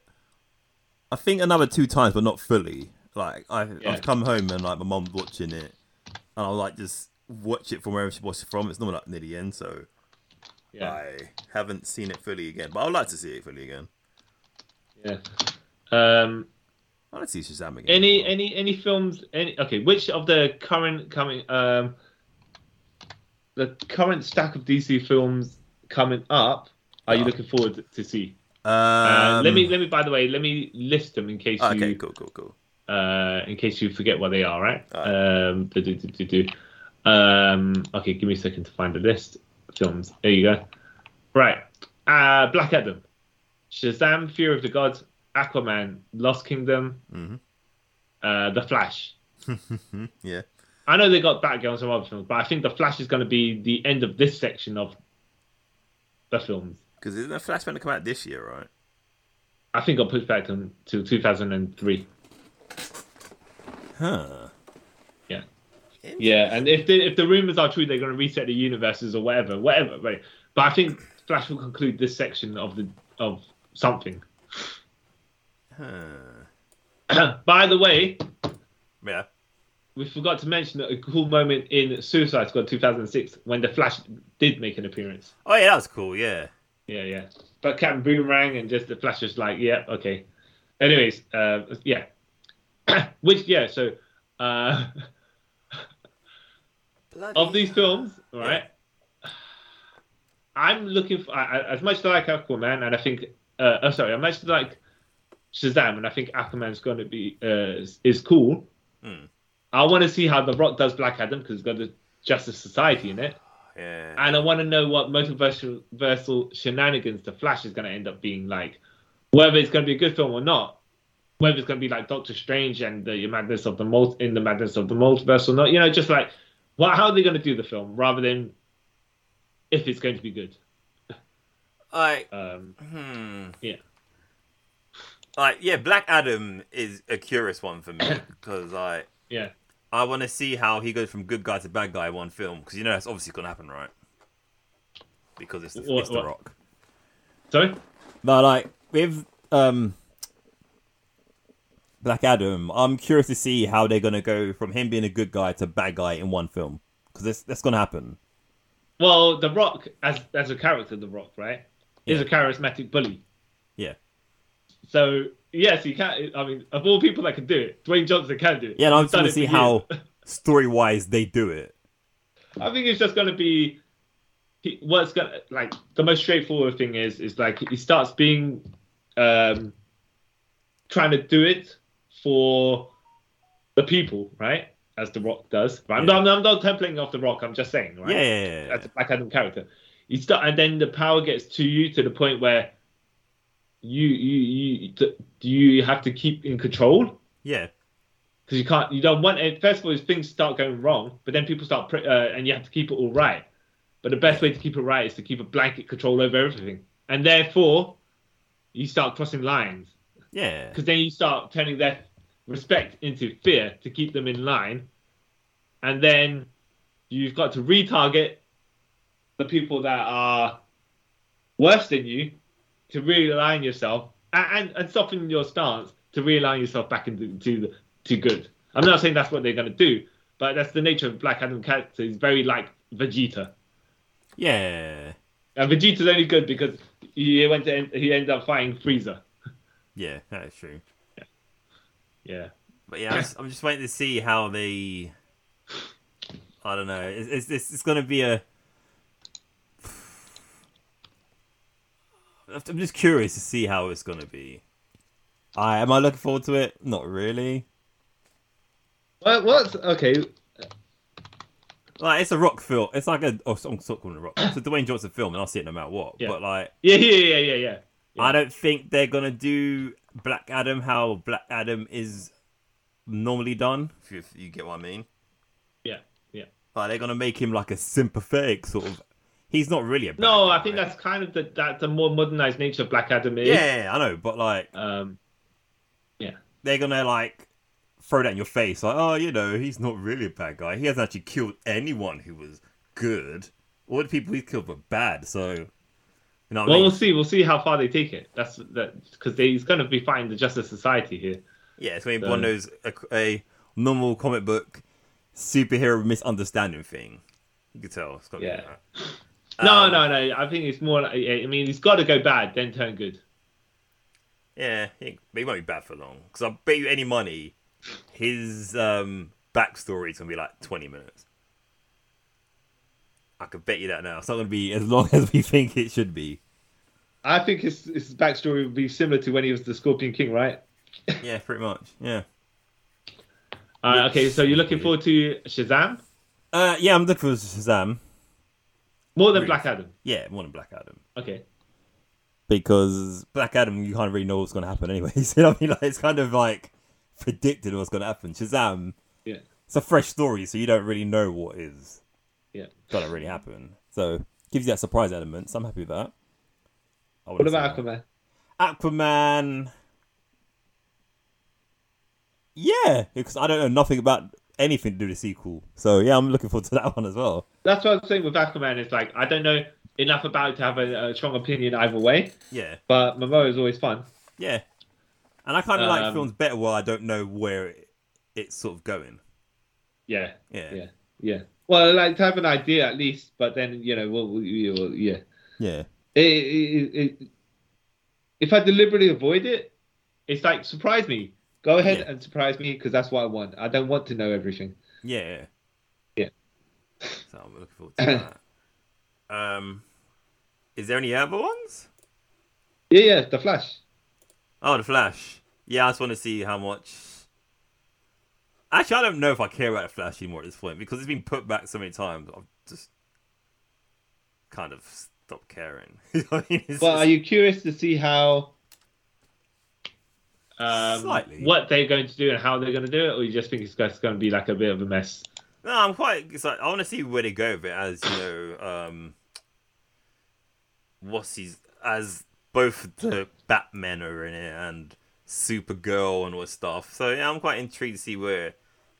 S4: I think another two times, but not fully. Like I,
S3: Yeah.
S4: I've come home and like my mum's watching it, and I'll like just watch it from wherever she watched it from. It's not like near the end, so
S3: Yeah,
S4: I haven't seen it fully again. But I'd like to see it fully again.
S3: yeah. Um,
S4: I'd like to see Shazam again.
S3: any any any films? Any okay? Which of the current coming um, the current stack of DC films coming up are you
S4: Yeah.
S3: looking forward to see?
S4: Um,
S3: Uh, let me let me by the way let me list them in case
S4: oh, okay,
S3: you
S4: cool, cool, cool.
S3: uh, in case you forget what they are right
S4: Alright.
S3: um, do, do, do, do, do. um okay give me a second to find the list films there you go right uh black adam shazam fear of the gods aquaman lost kingdom
S4: Mhm.
S3: uh the flash
S4: Yeah,
S3: i know they got batgirl and some other films but i think the flash is going to be the end of this section of the films
S4: because isn't the Flash going to come out this year, right?
S3: i think got pushed back to, to 2003
S4: Huh.
S3: Yeah. Yeah, and if the if the rumors are true, they're going to reset the universes or whatever, whatever. Right? But I think Flash will conclude this section of the of something.
S4: Huh.
S3: By the way,
S4: Yeah.
S3: we forgot to mention a cool moment in Suicide Squad 2006 when the Flash did make an appearance.
S4: Oh yeah, that was cool. Yeah.
S3: Yeah, yeah. But Captain Boomerang and just the Flash is like, yeah, okay. Anyways, uh, yeah. Which yeah, so uh, of these films, right? I'm looking for I, I- as much as I like Aquaman, and I think uh, oh sorry, as much as I like Shazam, and I think Aquaman's going to be uh, is- is cool. I want to see how The Rock does Black Adam because it's got the Justice Society in it
S4: Yeah.
S3: and I want to know what multiversal versal shenanigans the Flash is going to end up being like, whether it's going to be a good film or not, whether it's going to be like Doctor Strange and the madness of the mul- in the madness of the multiverse or not. You know, just like, well, how are they going to do the film rather than if it's going to be good?
S4: I
S3: Um,
S4: hmm.
S3: yeah,
S4: like yeah black adam is a curious one for me because i
S3: yeah,
S4: i want to see how he goes from good guy to bad guy in one film because you know that's obviously gonna happen right because it's the,
S3: What-
S4: it's the
S3: what?
S4: rock
S3: sorry,
S2: No, like with um Black Adam, I'm curious to see how they're gonna go from him being a good guy to bad guy in one film because that's that's gonna happen.
S3: well, The Rock as as a character, The Rock, right, is a charismatic bully.
S2: Yeah,
S3: So yes, he can. I mean, of all people that can do it, Dwayne Johnson can do it.
S2: yeah. And I'm just
S3: He's done
S2: gonna
S3: it
S2: see
S3: for
S2: how
S3: years.
S2: story wise they do it.
S3: I think it's just gonna be he, what's gonna like the most straightforward thing is is like he starts being um trying to do it for the people, right? As the Rock does. Right? I'm, not, I'm not templating off the Rock. I'm just saying, right?
S2: Yeah, yeah, yeah, yeah.
S3: As a Black Adam character, you start, and then the power gets to you to the point where you you you do you have to keep in control
S2: yeah.
S3: because you can't you don't want it first of all is things start going wrong but then people start pr- uh, and you have to keep it all right but the best way to keep it right is to keep a blanket control over everything and therefore you start crossing lines
S2: yeah.
S3: because then you start turning their respect into fear to keep them in line. And then you've got to retarget the people that are worse than you to realign yourself and, and, and soften your stance to realign yourself back into to, to good. I'm not saying that's what they're going to do, but that's the nature of Black Adam character. He's very like Vegeta.
S2: Yeah.
S3: And Vegeta's only good because he went to end, he ended up fighting Frieza.
S2: Yeah, that is true.
S3: Yeah.
S2: But yeah, I'm just, I'm just waiting to see how they. I don't know. Is, is this it's going to be a? I'm just curious to see how it's going to be. I am I looking forward to it? Not really.
S3: What? What's okay?
S2: Like it's a rock film. It's like a oh, I'm sort of calling it a rock. It's a Dwayne Johnson film, and I'll see it no matter what.
S3: Yeah.
S2: But like,
S3: Yeah, yeah, yeah, yeah, yeah. Yeah.
S2: I don't think they're gonna do Black Adam how Black Adam is normally done. If you, if you get what I mean.
S3: Yeah, yeah.
S2: Like they're gonna make him like a sympathetic sort of. He's not really a. bad
S3: No, I
S2: guy.
S3: think that's kind of the that the more modernized nature of Black Adam is.
S2: Yeah, I know, but like
S3: Um,
S2: they're gonna like throw that in your face, like oh, you know, he's not really a bad guy. He hasn't actually killed anyone who was good. All the people he's killed were bad. So, you know, what I
S3: well,
S2: mean?
S3: we'll see. We'll see how far they take it. That's that because he's going to be fighting the Justice Society here.
S2: Yeah, it's going to be
S3: So-
S2: one of those
S4: uh,
S2: a, a normal comic book superhero misunderstanding thing. You can
S4: oh,
S2: tell. It's got
S3: Yeah.
S2: Be that.
S3: No,
S2: Um,
S3: no, no. I think it's more. Like, I mean, he's got to go bad, then turn good.
S2: Yeah, he, ain't- but he won't be bad for long. Because I bet you any money, his um, backstory is going to be like 20 minutes. I could bet you that now. It's not going to be as long as we think it should be.
S3: I think his his backstory would be similar to when he was the Scorpion King, right?
S2: Yeah, pretty much. Yeah.
S3: Uh, okay, so you're looking forward to Shazam
S2: Uh, yeah, I'm looking for Shazam.
S3: more than Black Adam.
S2: Yeah, more than Black Adam.
S3: Okay.
S2: because Black Adam, you can't really know what's going to happen anyway. you know what I mean? Like, it's kind of like predicted what's going to happen. Shazam,
S3: Yeah.
S2: it's a fresh story, so you don't really know what is
S3: Yeah.
S2: going to really happen. So, gives you that surprise element. So I'm happy with that. I
S3: What
S2: wouldn't
S3: about
S2: say-
S3: Aquaman?
S2: Aquaman? Yeah, because I don't know nothing about anything to do with the sequel. So yeah, I'm looking forward to that one as well.
S3: That's what I'm saying with Aquaman. Is like I don't know enough about it to have a, a strong opinion either way.
S2: Yeah,
S3: But Momoa is always fun.
S2: yeah. And I kind of like
S3: Um,
S2: films better where I don't know where it, it's sort of going.
S3: Yeah.
S2: Yeah.
S3: Yeah. Yeah. Well, like to have an idea at least, but then you know, well, we- we- well, yeah.
S2: Yeah.
S3: It, it, it, it- if I deliberately avoid it, it's like surprise me. Go ahead
S2: Yeah.
S3: and surprise me because that's what I want. I don't want to know everything.
S2: Yeah.
S3: Yeah.
S2: So I'm looking forward to that. Um, is there any other ones?
S3: Yeah, yeah. The Flash.
S2: Oh, the Flash. Yeah, I just want to see how much. Actually, I don't know if I care about the Flash anymore at this point because it's been put back so many times. I've just kind of stopped caring. You know what I mean? It's
S3: But
S2: just-
S3: are you curious to see how? Um,
S2: Slightly.
S3: What they're going to do and how they're going to do it, or you just think it's just going to be like a bit of a mess?
S2: No, I'm quite. It's like I want to see where they go with it. As you know, um, what's his as both the Batman are in it and Supergirl and all this stuff. So yeah, I'm quite intrigued to see where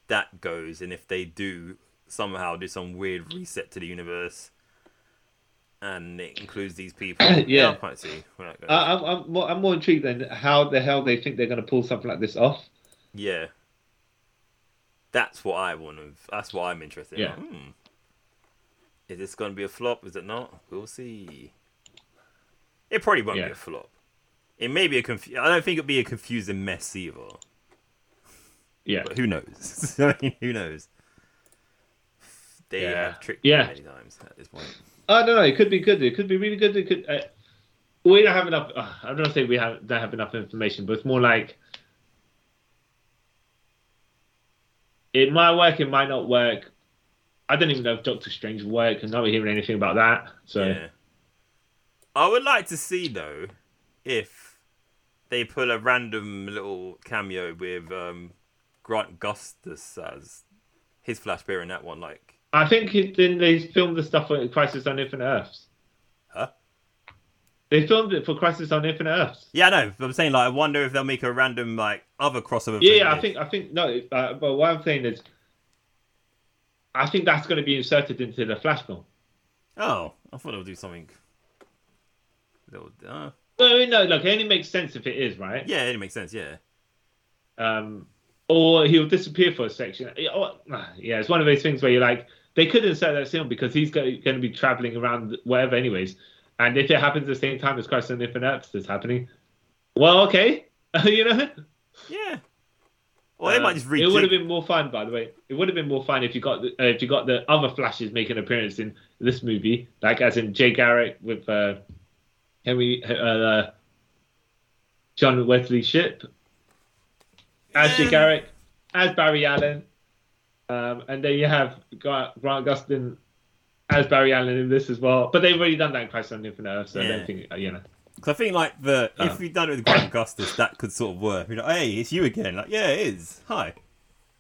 S2: that goes and if they do somehow do some weird reset to the universe. And it includes these people.
S3: Yeah.
S2: I'll quite see where that goes.
S3: I, I'm, I'm, more, I'm more intrigued than how the hell they think they're going to pull something like this off.
S2: yeah, that's what I want. to. That's what I'm interested.
S3: Yeah.
S2: in. Hmm. Is this going to be a flop? Is it not? We'll see. It probably won't
S3: Yeah.
S2: be a flop. It may be a conf- I don't think it'll be a confusing mess either.
S3: Yeah.
S2: But who knows? I mean, who knows? They
S3: Yeah.
S2: have tricked me
S3: Yeah.
S2: many times at this point.
S3: I don't know. It could be good. It could be really good. It could. Uh, we don't have enough. Uh, I'm not saying we have don't have enough information, but it's more like it might work. It might not work. I don't even know if Doctor Strange will work. I'm not hearing anything about that. So
S2: Yeah. I would like to see though if they pull a random little cameo with um, Grant Gustus as his Flash bearer in that one. Like,
S3: I think it, then they filmed the stuff for Crisis on Infinite Earths.
S2: Huh?
S3: They filmed it for Crisis on Infinite Earths.
S2: Yeah, I know. but I'm saying like I wonder if they'll make a random like other crossover.
S3: Yeah,
S2: thing
S3: yeah, I
S2: with-
S3: think I think no, uh, but what I'm saying is, I think that's going to be inserted into the Flash film.
S2: Oh, I thought they'll do something. They'll, uh,
S3: No, no, look, it only makes sense if it is right.
S2: yeah, it makes sense. Yeah,
S3: um, or he'll disappear for a section. Yeah, oh, ah, yeah, it's one of those things where you're like, they could insert that scene because he's going to be traveling around wherever, anyways. And if it happens at the same time as Christ on Infinite Earths is happening, well, okay, you know.
S2: yeah. Well, they
S3: Uh,
S2: might just
S3: It would have
S2: rejig.
S3: been more fun, by the way. It would have been more fun if you got the, uh, if you got the other Flashes make an appearance in this movie, like as in Jay Garrick with uh, Henry uh, uh, John Wesley Ship as Jay
S2: Yeah.
S3: Garrick, as Barry Allen, um, and then you have Gra- Grant Gustin as Barry Allen in this as well. But they've already done that in Christ on Infinite Earth, so I
S2: Yeah.
S3: don't think uh, you know.
S2: Because I think like the
S3: Oh.
S2: if you'd done it with Grant Gustus, that could sort of work. You know, hey, it's you again. Like, yeah, it is. Hi,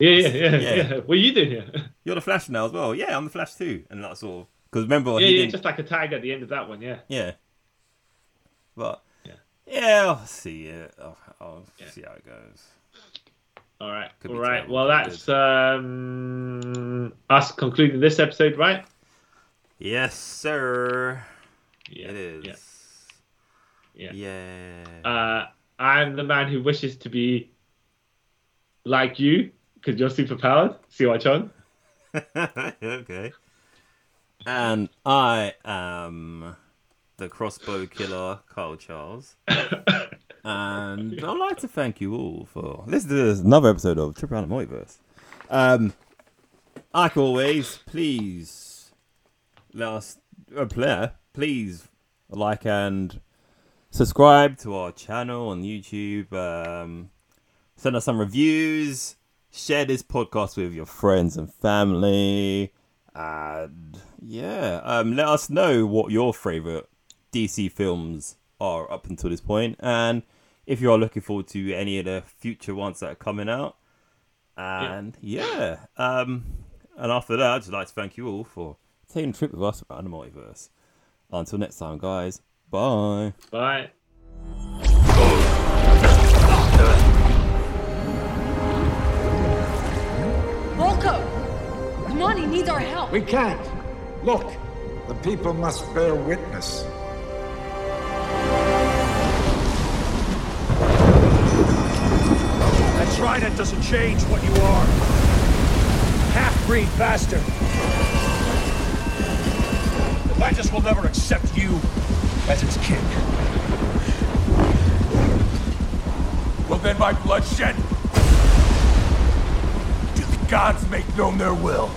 S3: Yeah, yeah, yeah,
S2: Yeah.
S3: yeah. What are you doing here?
S2: you're the Flash now as well. Yeah, I'm the Flash too. And that sort of because remember
S3: yeah,
S2: he
S3: yeah,
S2: didn't.
S3: just like a tag at the end of that one. Yeah.
S2: Yeah, but yeah,
S3: Yeah.
S2: I'll see it. I'll, I'll
S3: Yeah.
S2: see how it goes.
S3: All right.
S2: Could be
S3: All right.
S2: terrible,
S3: Well,
S2: could be
S3: that's um, us concluding this episode, right?
S2: Yes, sir.
S3: Yeah,
S2: It is.
S3: Yeah. yeah.
S2: Yeah.
S3: Uh, I'm the man who wishes to be like you because you're superpowered. See what Chong.
S2: okay. And I am the crossbow killer, Carl Charles. and I'd like to thank you all for this is another episode of Trip Around the Multiverse. Um, like always, please let us uh, player, please like and subscribe to our channel on YouTube. Um, send us some reviews. Share this podcast with your friends and family. And yeah, um, let us know what your favorite DC films are up until this point, and if you are looking forward to any of the future ones that are coming out. And yeah, um, and after that, I'd just like to thank you all for taking a trip with us around the multiverse. Until next time, guys. Bye.
S3: Bye.
S5: Volko! Come on, he needs our help.
S6: We can't. Look, the people must bear witness.
S7: That trident doesn't change what you are. Half-breed bastard. Atlantis will never accept you as its king. Will then by bloodshed do the gods make known their will?